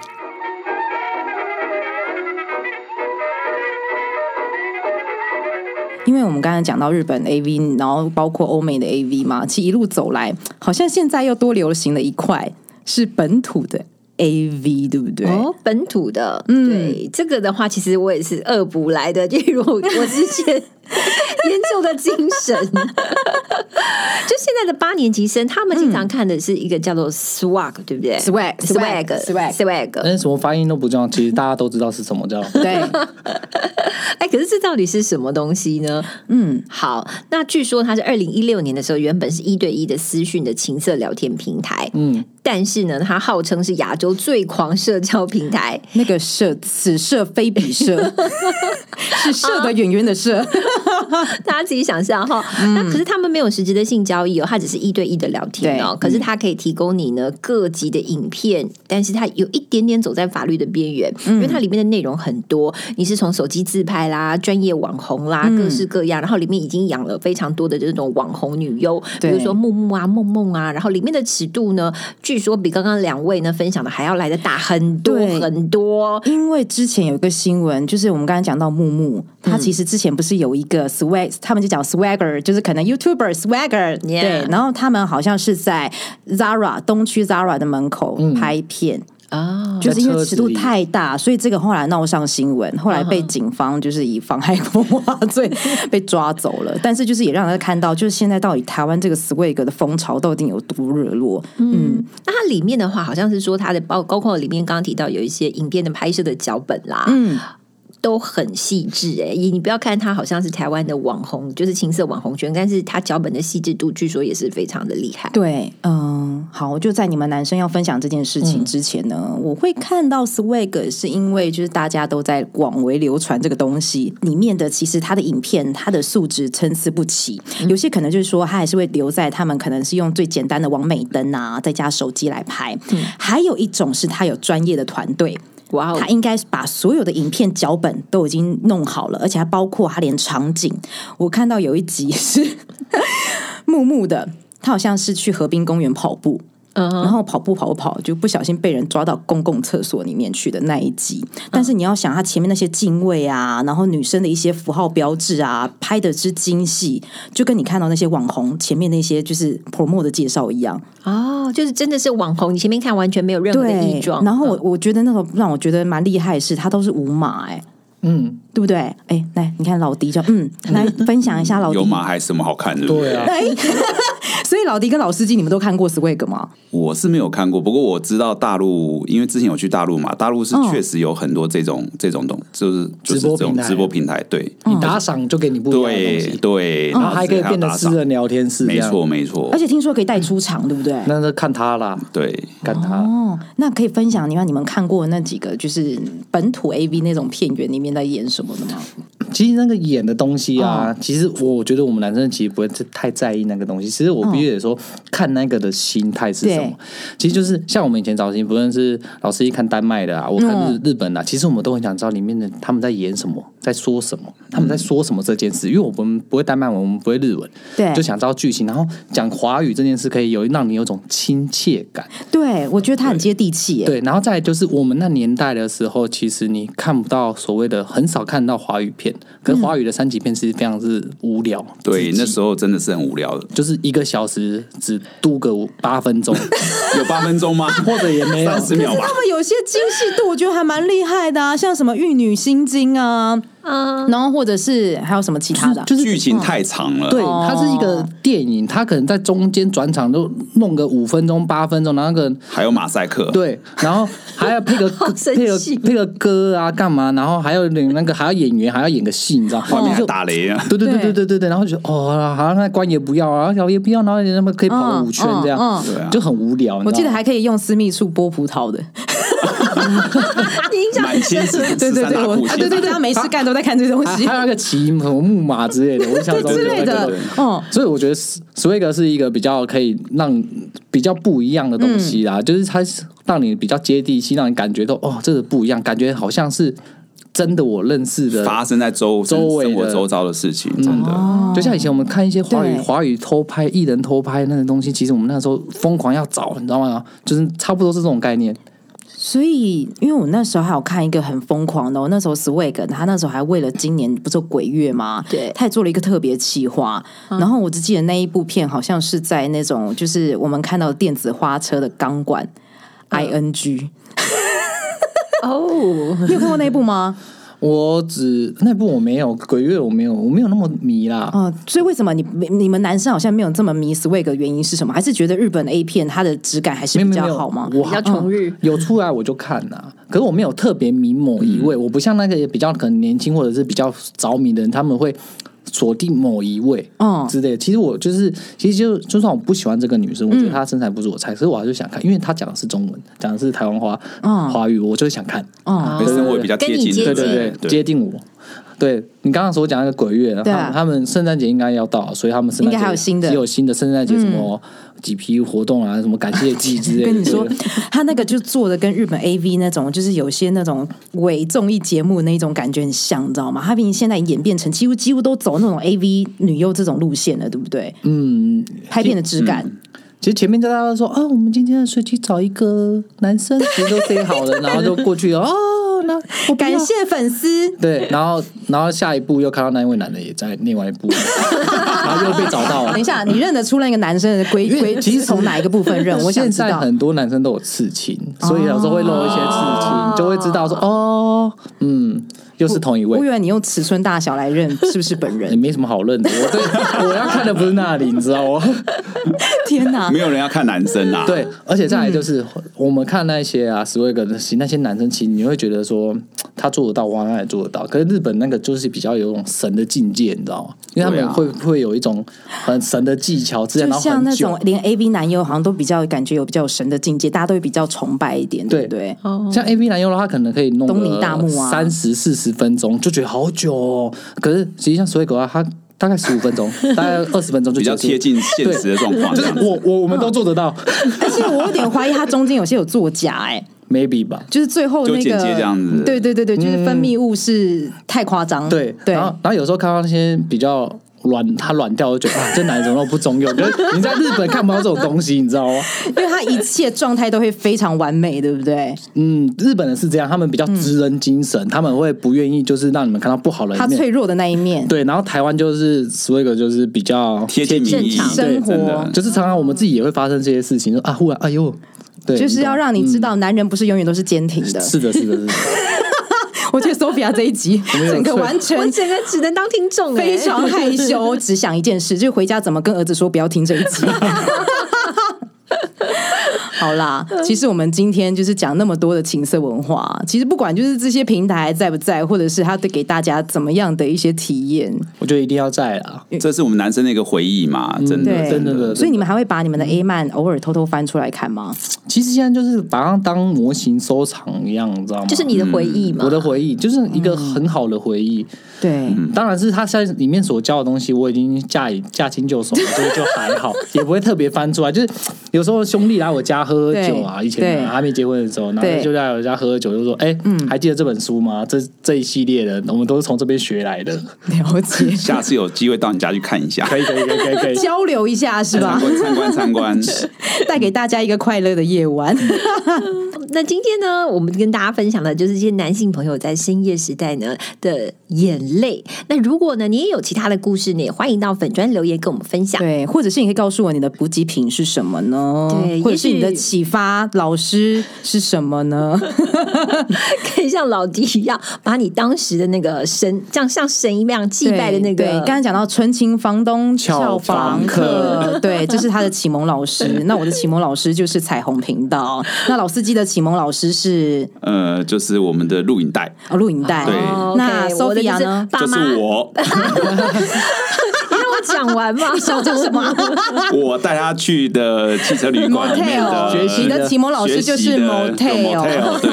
Speaker 1: 因为我们刚才讲到日本 A V，然后包括欧美的 A V 嘛，其实一路走来，好像现在又多流行了一块是本土的 A V，对不对？
Speaker 2: 哦，本土的，对这个的话，其实我也是恶补来的，就如我 我之前研究的精神。就现在的八年级生，他们经常看的是一个叫做 swag，对不对
Speaker 1: Swag，
Speaker 2: swag
Speaker 1: swag
Speaker 2: swag。
Speaker 3: 但是什么发音都不重要，其实大家都知道是什么叫。
Speaker 1: 对，
Speaker 2: 哎，可是这到底是什么东西呢？嗯，好，那据说它是二零一六年的时候，原本是一对一的私讯的情色聊天平台，嗯，但是呢，它号称是亚洲最狂社交平台，
Speaker 1: 那个射，此射非彼射，是射的远远的射。
Speaker 2: 大家自己想象哈。
Speaker 1: 嗯
Speaker 2: 那可是他们没有实质的性交易哦，它只是一对一的聊天
Speaker 1: 嗯
Speaker 2: 哦。可是它可以提供你呢各级的影片，但是它有一点点走在法律的边缘，
Speaker 1: 嗯
Speaker 2: 因为它里面的内容很多，你是从手机自拍啦、专业网红啦，
Speaker 1: 嗯
Speaker 2: 各式各样，然后里面已经养了非常多的这种网红女优，比
Speaker 1: 对
Speaker 2: 如说木木啊、梦梦啊，然后里面的尺度呢，据说比刚刚两位呢分享的还要来的大很多
Speaker 1: 对
Speaker 2: 很多。
Speaker 1: 因为之前有一个新闻，就是我们刚才讲到木木，他其实之前不是有一个 swag，他们就讲 swagger，就是可能 YouTuber swagger，、对，然后他们好像是在 Zara 东区 Zara 的门口拍片。
Speaker 2: 啊，
Speaker 1: 就是因
Speaker 3: 在
Speaker 1: 为
Speaker 3: 车
Speaker 1: 尺
Speaker 3: 子
Speaker 1: 度
Speaker 3: 里
Speaker 1: 太大，所以这个后来闹上新闻，后来被警方就是以妨害风化罪 被抓走了。但是就是也让人看到，就是现在到底台湾这个 swag 的风潮到底有多热络？嗯，
Speaker 2: 那它里面的话，好像是说它的包包括里面刚刚提到有一些影片的拍摄的脚本啦，嗯。都很细致哎、你不要看它好像是台湾的网红，就是情色网红圈，但是它脚本的细致度据说也是非常的厉害。
Speaker 1: 对，嗯，好，就在你们男生要分享这件事情之前呢，我会看到 swag 是因为就是大家都在广为流传这个东西，里面的其实它的影片它的素质参差不齐，有些可能就是说它还是会留在他们可能是用最简单的网美灯啊，再加手机来拍，还有一种是它有专业的团队。
Speaker 2: 哇哦
Speaker 1: 他，应该是把所有的影片脚本都已经弄好了，而且还包括他连场景。我看到有一集是 木木的，他好像是去河滨公园跑步，
Speaker 2: 嗯
Speaker 1: 然后跑步跑跑就不小心被人抓到公共厕所里面去的那一集。但是你要想，他前面那些敬畏啊，然后女生的一些符号标志啊，拍的之精细，就跟你看到那些网红前面那些就是 promo 的介绍一样。
Speaker 2: 哦，就是真的是网红，你前面看完全没有任何的
Speaker 1: 对
Speaker 2: 异，状。
Speaker 1: 然后我我觉得那种让我觉得蛮厉害的是，他都是无码哎、
Speaker 3: 嗯，
Speaker 1: 对不对？哎，来，你看老迪就嗯，来分享一下老迪。
Speaker 4: 有马还什么好看的？
Speaker 3: 对 啊，
Speaker 1: 哎， 所以老迪跟老司机，你们都看过 Swag 吗？
Speaker 4: 我是没有看过，不过我知道大陆，因为之前有去大陆嘛，大陆是
Speaker 1: 嗯
Speaker 4: 确实有很多这种、这种东，就是就是
Speaker 3: 直播
Speaker 4: 这
Speaker 3: 平
Speaker 4: 种
Speaker 3: 台
Speaker 4: 直播平台，对、
Speaker 1: 嗯
Speaker 3: 你打赏就给你不一样的东
Speaker 4: 对
Speaker 3: 西，
Speaker 4: 对，
Speaker 3: 然嗯后还可以变得私人
Speaker 4: 人，
Speaker 3: 聊天室，
Speaker 4: 没错，没错
Speaker 1: 而，且听说可以带出场，对不对？
Speaker 3: 那就看他啦，
Speaker 4: 对。
Speaker 3: 看他。
Speaker 1: 哦，那可以分享你看你们看过那几个就是本土 AV 那种片源里面在演什么的吗？
Speaker 3: 其实那个演的东西
Speaker 1: 嗯
Speaker 3: 啊，其实我觉得我们男生其实不会太在意那个东西。其实我必须得说，看那个的心态是什么
Speaker 1: 对。
Speaker 3: 其实就是像我们以前早期，不论是老师一看丹麦的
Speaker 1: 嗯
Speaker 3: 啊，我看日日本的啊、其实我们都很想知道里面的他们在演什么，在说什么，他们在说什么这件事。因为我们不会丹麦文，我们不会日文，
Speaker 1: 对
Speaker 3: 就想知道剧情。然后讲华语这件事，可以有让你有种亲切感。
Speaker 1: 对，我觉得他很接地气耶。
Speaker 3: 对，然后再来就是我们那年代的时候，其实你看不到所谓的很少看到华语片，可是华语的三级片是非常是无聊。
Speaker 2: 嗯
Speaker 4: 对，那时
Speaker 3: 候
Speaker 4: 候真的是很无聊的，
Speaker 3: 就是一个小时只度个五八 分钟，
Speaker 4: 有八分钟吗？
Speaker 3: 或者也没有
Speaker 4: 三十秒吧
Speaker 1: 他。们有些精细度，我觉得还蛮厉害的啊，像什么玉女心经啊，
Speaker 2: 嗯，
Speaker 1: 然后或者是还有什么其他的啊，
Speaker 3: 就是
Speaker 4: 剧情太长了，
Speaker 3: 对，它是一个电影，它可能在中间转场都弄个五分钟、八分钟，然后那 个
Speaker 4: 还有马赛克，
Speaker 3: 对，然后还要配个
Speaker 2: 好生
Speaker 3: 配个
Speaker 2: 气
Speaker 3: 配个歌啊，干嘛？然后还有点那个还要演员还要演个戏，你知道？
Speaker 4: 外
Speaker 2: 哦
Speaker 4: 面
Speaker 3: 就
Speaker 4: 还打雷啊，
Speaker 3: 对对对对对对对，然后就觉得哦，好像那关也不要啊，小也不要，然后他们可以跑五圈这样，
Speaker 1: 嗯嗯
Speaker 4: 嗯
Speaker 3: 就很无聊。
Speaker 1: 我
Speaker 3: 你
Speaker 1: 记
Speaker 3: 知
Speaker 1: 得
Speaker 3: 道吗
Speaker 1: 还可以用私密处剥葡萄的。
Speaker 2: 你影响
Speaker 4: 满清十
Speaker 1: 对
Speaker 4: 十
Speaker 1: 对
Speaker 4: 三
Speaker 1: 对，
Speaker 4: 大
Speaker 1: 我
Speaker 4: 酷
Speaker 1: 啊对
Speaker 4: 刑，
Speaker 1: 对 对，没事干都在看这东西
Speaker 3: 还还有那个骑什么木马之类的，我小时候
Speaker 1: 之类
Speaker 3: 有那
Speaker 1: 的
Speaker 3: 个。，
Speaker 1: 哦，
Speaker 3: 所以我觉得 swag 是一个比较可以让比较不一样的东西啦，就是它是让你比较接地气，让你感觉到哦，这个不一样，感觉好像是真的我认识的
Speaker 4: 发生在周
Speaker 3: 周围
Speaker 4: 生活
Speaker 3: 的
Speaker 4: 周遭的事情，真的。
Speaker 3: 就像以前我们看一些华语
Speaker 1: 对
Speaker 3: 华语偷拍艺人偷拍那些东西，其实我们那时候疯狂要找，你知道吗？就是差不多是这种概念。
Speaker 1: 所以，因为我那时候还有看一个很疯狂的哦，我那时候 Swag 他那时候还为了今年不是有鬼月吗？
Speaker 2: 对
Speaker 1: 他也做了一个特别企划。然后我只记得那一部片好像是在那种就是我们看到的电子花车的钢管嗯 ING，
Speaker 2: 哦，
Speaker 1: 你有看过那一部吗？
Speaker 3: 我只那部我没有鬼月，我没有，我没有那么迷啦。
Speaker 1: 哦，所以为什么你你们男生好像没有这么迷 Swag 的原因是什么？还是觉得日本的 A 片它的质感还是
Speaker 3: 没有
Speaker 1: 比
Speaker 3: 没有
Speaker 1: 较
Speaker 3: 没有
Speaker 1: 好吗？
Speaker 3: 我
Speaker 2: 比较重日
Speaker 3: 嗯 有出来我就看啦、可是我没有特别迷某一
Speaker 1: 嗯
Speaker 3: 位，我不像那个比较可能年轻或者是比较着迷的人，他们会锁定某一位
Speaker 1: 嗯
Speaker 3: 之类的。其实我就是，其实就就算我不喜欢这个女生，
Speaker 1: 嗯
Speaker 3: 我觉得她身材不是我菜，所以我还是想看，因为她讲的是中文，讲的是台湾话、
Speaker 1: 嗯
Speaker 3: 华语，我就想看。
Speaker 1: 哦，
Speaker 4: 跟生活比较
Speaker 2: 跟
Speaker 4: 贴
Speaker 2: 你
Speaker 4: 近
Speaker 2: 接
Speaker 4: 的，
Speaker 3: 对对对，接近我。对你刚刚所讲那个鬼月，
Speaker 1: 对
Speaker 3: 他
Speaker 1: 啊
Speaker 3: 们他们圣诞节应该要到，所以他们圣诞
Speaker 1: 应该还有
Speaker 3: 节
Speaker 1: 新的嗯
Speaker 3: 也有新的圣诞节什么几批活动啊，什么感谢季之类的。
Speaker 1: 跟你说
Speaker 3: 对，
Speaker 1: 他那个就做的跟日本 A V 那种，就是有些那种伪综艺节目那一种感觉很像，你知道吗？他毕竟现在演变成几乎几乎都走那种 A V 女优这种路线了，对不对？嗯，拍片的质感，
Speaker 3: 其实前面大家都说啊，我们今天要随机找一个男生，其实都 say 好了，然后就过去了哦，那我不要
Speaker 1: 感谢粉丝。
Speaker 3: 对，然后然后下一步又看到那一位男的也在另外一步， 然后又被找到了
Speaker 1: 哦等一。下，你认得出那个男生的归
Speaker 3: 因为
Speaker 1: 归
Speaker 3: 其实
Speaker 1: 是从哪一个部分认？ 我想
Speaker 3: 现
Speaker 1: 知
Speaker 3: 在
Speaker 1: 道。哦
Speaker 3: 很多男生都有刺青，所以有时候会露一些刺青，就会知道说哦，嗯，又是同一
Speaker 1: 我以
Speaker 3: 位，
Speaker 1: 为你用尺寸大小来认是不是本
Speaker 3: 也
Speaker 1: 人？
Speaker 3: 没什么好认的。我对 我要看的不是那里，你知 道吗？
Speaker 1: 天哪！
Speaker 4: 没有人要看男生啊啦。
Speaker 3: 对，而且再来就是
Speaker 1: 嗯
Speaker 3: 我们看那些啊，十位个的戏，那些男生其实你会觉得说他做得到，我好像也做得到。可是日本那个就是比较有一种神的境界，你知道吗？因为他
Speaker 4: 对
Speaker 3: 们
Speaker 4: 啊
Speaker 3: 会会有一种很神的技巧之类，
Speaker 1: 就
Speaker 3: 然后
Speaker 1: 像
Speaker 3: 很
Speaker 1: 那
Speaker 3: 久
Speaker 1: 种连 A V 男优好像都比较感觉有比较有神的境界，大家都会比较崇拜一点，对
Speaker 3: 对
Speaker 1: 不对？
Speaker 3: 像 A V 男优的话，可能可以弄
Speaker 1: 哦东尼大木啊
Speaker 3: 三十四十分钟就觉得好久哦。可是实际上所以狗啊，它大概十五分钟， 大概二十分钟就
Speaker 4: 比较
Speaker 3: 结束
Speaker 4: 贴。近现实的状况啊
Speaker 3: 就
Speaker 4: 这
Speaker 3: 是
Speaker 4: 样子。
Speaker 3: 我我我们都做 得到、
Speaker 1: 而且我有点怀疑他中间有些有作假、哎，
Speaker 3: m a y b e 吧。
Speaker 1: 就是最后那个
Speaker 4: 就间接这样子
Speaker 1: 对对对对，就是分泌物是太夸张，
Speaker 3: 嗯对，
Speaker 1: 对
Speaker 3: 然。后然后有时候看到那些比较软，他软掉，我就觉得啊，这男人怎么那么不中用？ 就是你在日本看不到这种东西，你知道吗？
Speaker 1: 因为他一切状态都会非常完美，对不对？
Speaker 3: 嗯，日本人是这样，他们比较知人精神，他们会不愿意就是让你们看到不好的
Speaker 1: 他
Speaker 3: 一面
Speaker 1: 脆。弱的那一面，
Speaker 3: 对，然后台湾就是所以个就是比较
Speaker 4: 贴近民意，
Speaker 2: 正常
Speaker 4: 对
Speaker 1: 生活
Speaker 4: 真的
Speaker 3: 就是常常我们自己也会发生这些事情，就啊，忽然哎呦，对，
Speaker 1: 就是要让你知道，男人不是永远都是坚挺的
Speaker 3: 懂。是的，是的，是的，
Speaker 1: 我觉得 Sophia 这一集
Speaker 3: 没有
Speaker 1: 整个
Speaker 3: 脆
Speaker 1: 完
Speaker 2: 我
Speaker 1: 全
Speaker 2: 整个只能当听众、哎
Speaker 1: 非常害羞，只想一件事，就是回家怎么跟儿子说不要听这一集。 好啦，其实我们今天就是讲那么多的情色文化，其实不管就是这些平台在不在，或者是它对给大家怎么样的一些体验，
Speaker 3: 我觉得一定要在啦。
Speaker 4: 这是我们男生的一个回忆嘛，真的
Speaker 1: 对，嗯
Speaker 3: 真的真的
Speaker 1: 所以你们还会把你们的 A 漫偶尔偷偷翻出来看吗？
Speaker 3: 其实现在就是把它当模型收藏一样，你知道吗？
Speaker 2: 就是你的回忆嘛。
Speaker 3: 嗯我的回忆，就是一个很好的回忆。
Speaker 1: 嗯对，
Speaker 3: 当然是他现在里面所教的东西，我已经驾以驾轻就熟了，所以就 还好，也不会特别翻出来。就是有时候兄弟来我家喝喝酒啊，
Speaker 1: 对
Speaker 3: 以前啊
Speaker 1: 对
Speaker 3: 还没结婚的时候，然
Speaker 1: 对嗯
Speaker 3: 后就来我家喝喝酒，就说：“哎，还记得这本书吗？这这一系列的，我们都是从这边学 来的。
Speaker 1: 了 解，
Speaker 4: 下次有机会到你家去看一下，
Speaker 3: 可以”可以，可以，可以，可以。
Speaker 1: 交流一下是
Speaker 3: 嗯
Speaker 4: 参
Speaker 1: 吧？
Speaker 4: 观参观参观。
Speaker 1: 带给大家一个快乐的夜晚。
Speaker 2: 那今天呢，我们跟大家分享的就是这些男性朋友在深夜时代呢的眼泪。那如果呢，你也有其他的故事呢，也欢迎到粉砖留言跟我们分享。
Speaker 1: 对，或者是你可以告诉我你的补给品是什么呢？
Speaker 2: 对
Speaker 1: 或者
Speaker 2: 也
Speaker 1: 是
Speaker 2: 许
Speaker 1: 你的启发老师是什么呢？
Speaker 2: 可以像老迪一样，把你当时的那个神，像像神一样祭拜的那个
Speaker 1: 对，刚才讲到纯情房东俏
Speaker 3: 俏
Speaker 1: 房
Speaker 3: 房
Speaker 1: 客
Speaker 3: 客，
Speaker 1: 对，这是他的启蒙老 师。那我的启蒙老师就是彩虹频道，那老司机的启蒙老师是
Speaker 4: 呃，就是我们的录影带，
Speaker 1: 哦录影带。
Speaker 4: 对
Speaker 2: 哦
Speaker 1: 那
Speaker 2: OK，我的就
Speaker 1: Sophia
Speaker 2: 是
Speaker 1: 呢？
Speaker 2: 爸
Speaker 4: 就是
Speaker 2: 妈，你
Speaker 4: 我，
Speaker 2: 让我讲完嘛，
Speaker 1: 校长什么？
Speaker 4: 我带他去的汽车旅馆里 面
Speaker 1: Motel
Speaker 4: 的
Speaker 3: 学习
Speaker 1: 你
Speaker 3: 的
Speaker 1: 的启蒙老师就是
Speaker 4: 学习的
Speaker 1: Motel
Speaker 4: 有 motel，对，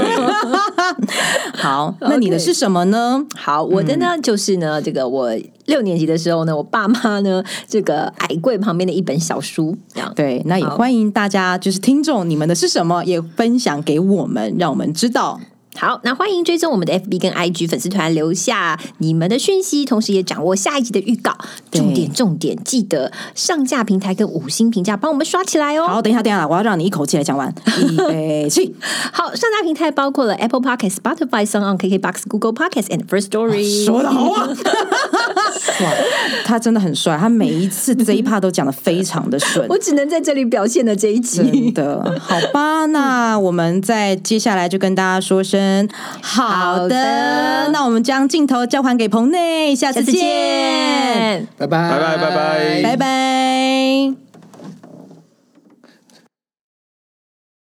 Speaker 1: 好，那你的
Speaker 2: OK
Speaker 1: 是什么呢？
Speaker 2: 好， 我的
Speaker 1: 嗯
Speaker 2: 呢、就是呢，这个我六年级的时候呢，我爸妈呢，这个矮柜旁边的一本小书，这样
Speaker 1: 对，那也
Speaker 2: 好
Speaker 1: 欢迎大家，就是听众，你们的是什么，也分享给我们，让我们知道。
Speaker 2: 好，那欢迎追踪我们的 FB 跟 IG 粉丝团，留下你们的讯息，同时也掌握下一集的预告。
Speaker 1: 对
Speaker 2: 重点重点，记得上架平台跟五星评价帮我们刷起来哦。
Speaker 1: 好，等一下，等一下，我要让你一口气来讲完。预备起，
Speaker 2: 好，上架平台包括了 Apple Podcast、Spotify、s o n g on KKBox、Google Podcast and First Story。
Speaker 1: 说的好啊！帅，他真的很帅，他每一次这一趴都讲的非常的顺。
Speaker 2: 我只能在这里表现了这一
Speaker 1: 真
Speaker 2: 集。
Speaker 1: 的，好吧，那我们再接下来就跟大家说声好
Speaker 2: 好
Speaker 1: 的。
Speaker 2: 的
Speaker 1: 那我们将镜头交还给棚内，下
Speaker 2: 下
Speaker 1: 次
Speaker 2: 次
Speaker 1: 见，
Speaker 2: 见。
Speaker 3: 拜拜
Speaker 4: 拜拜拜拜
Speaker 1: 拜拜。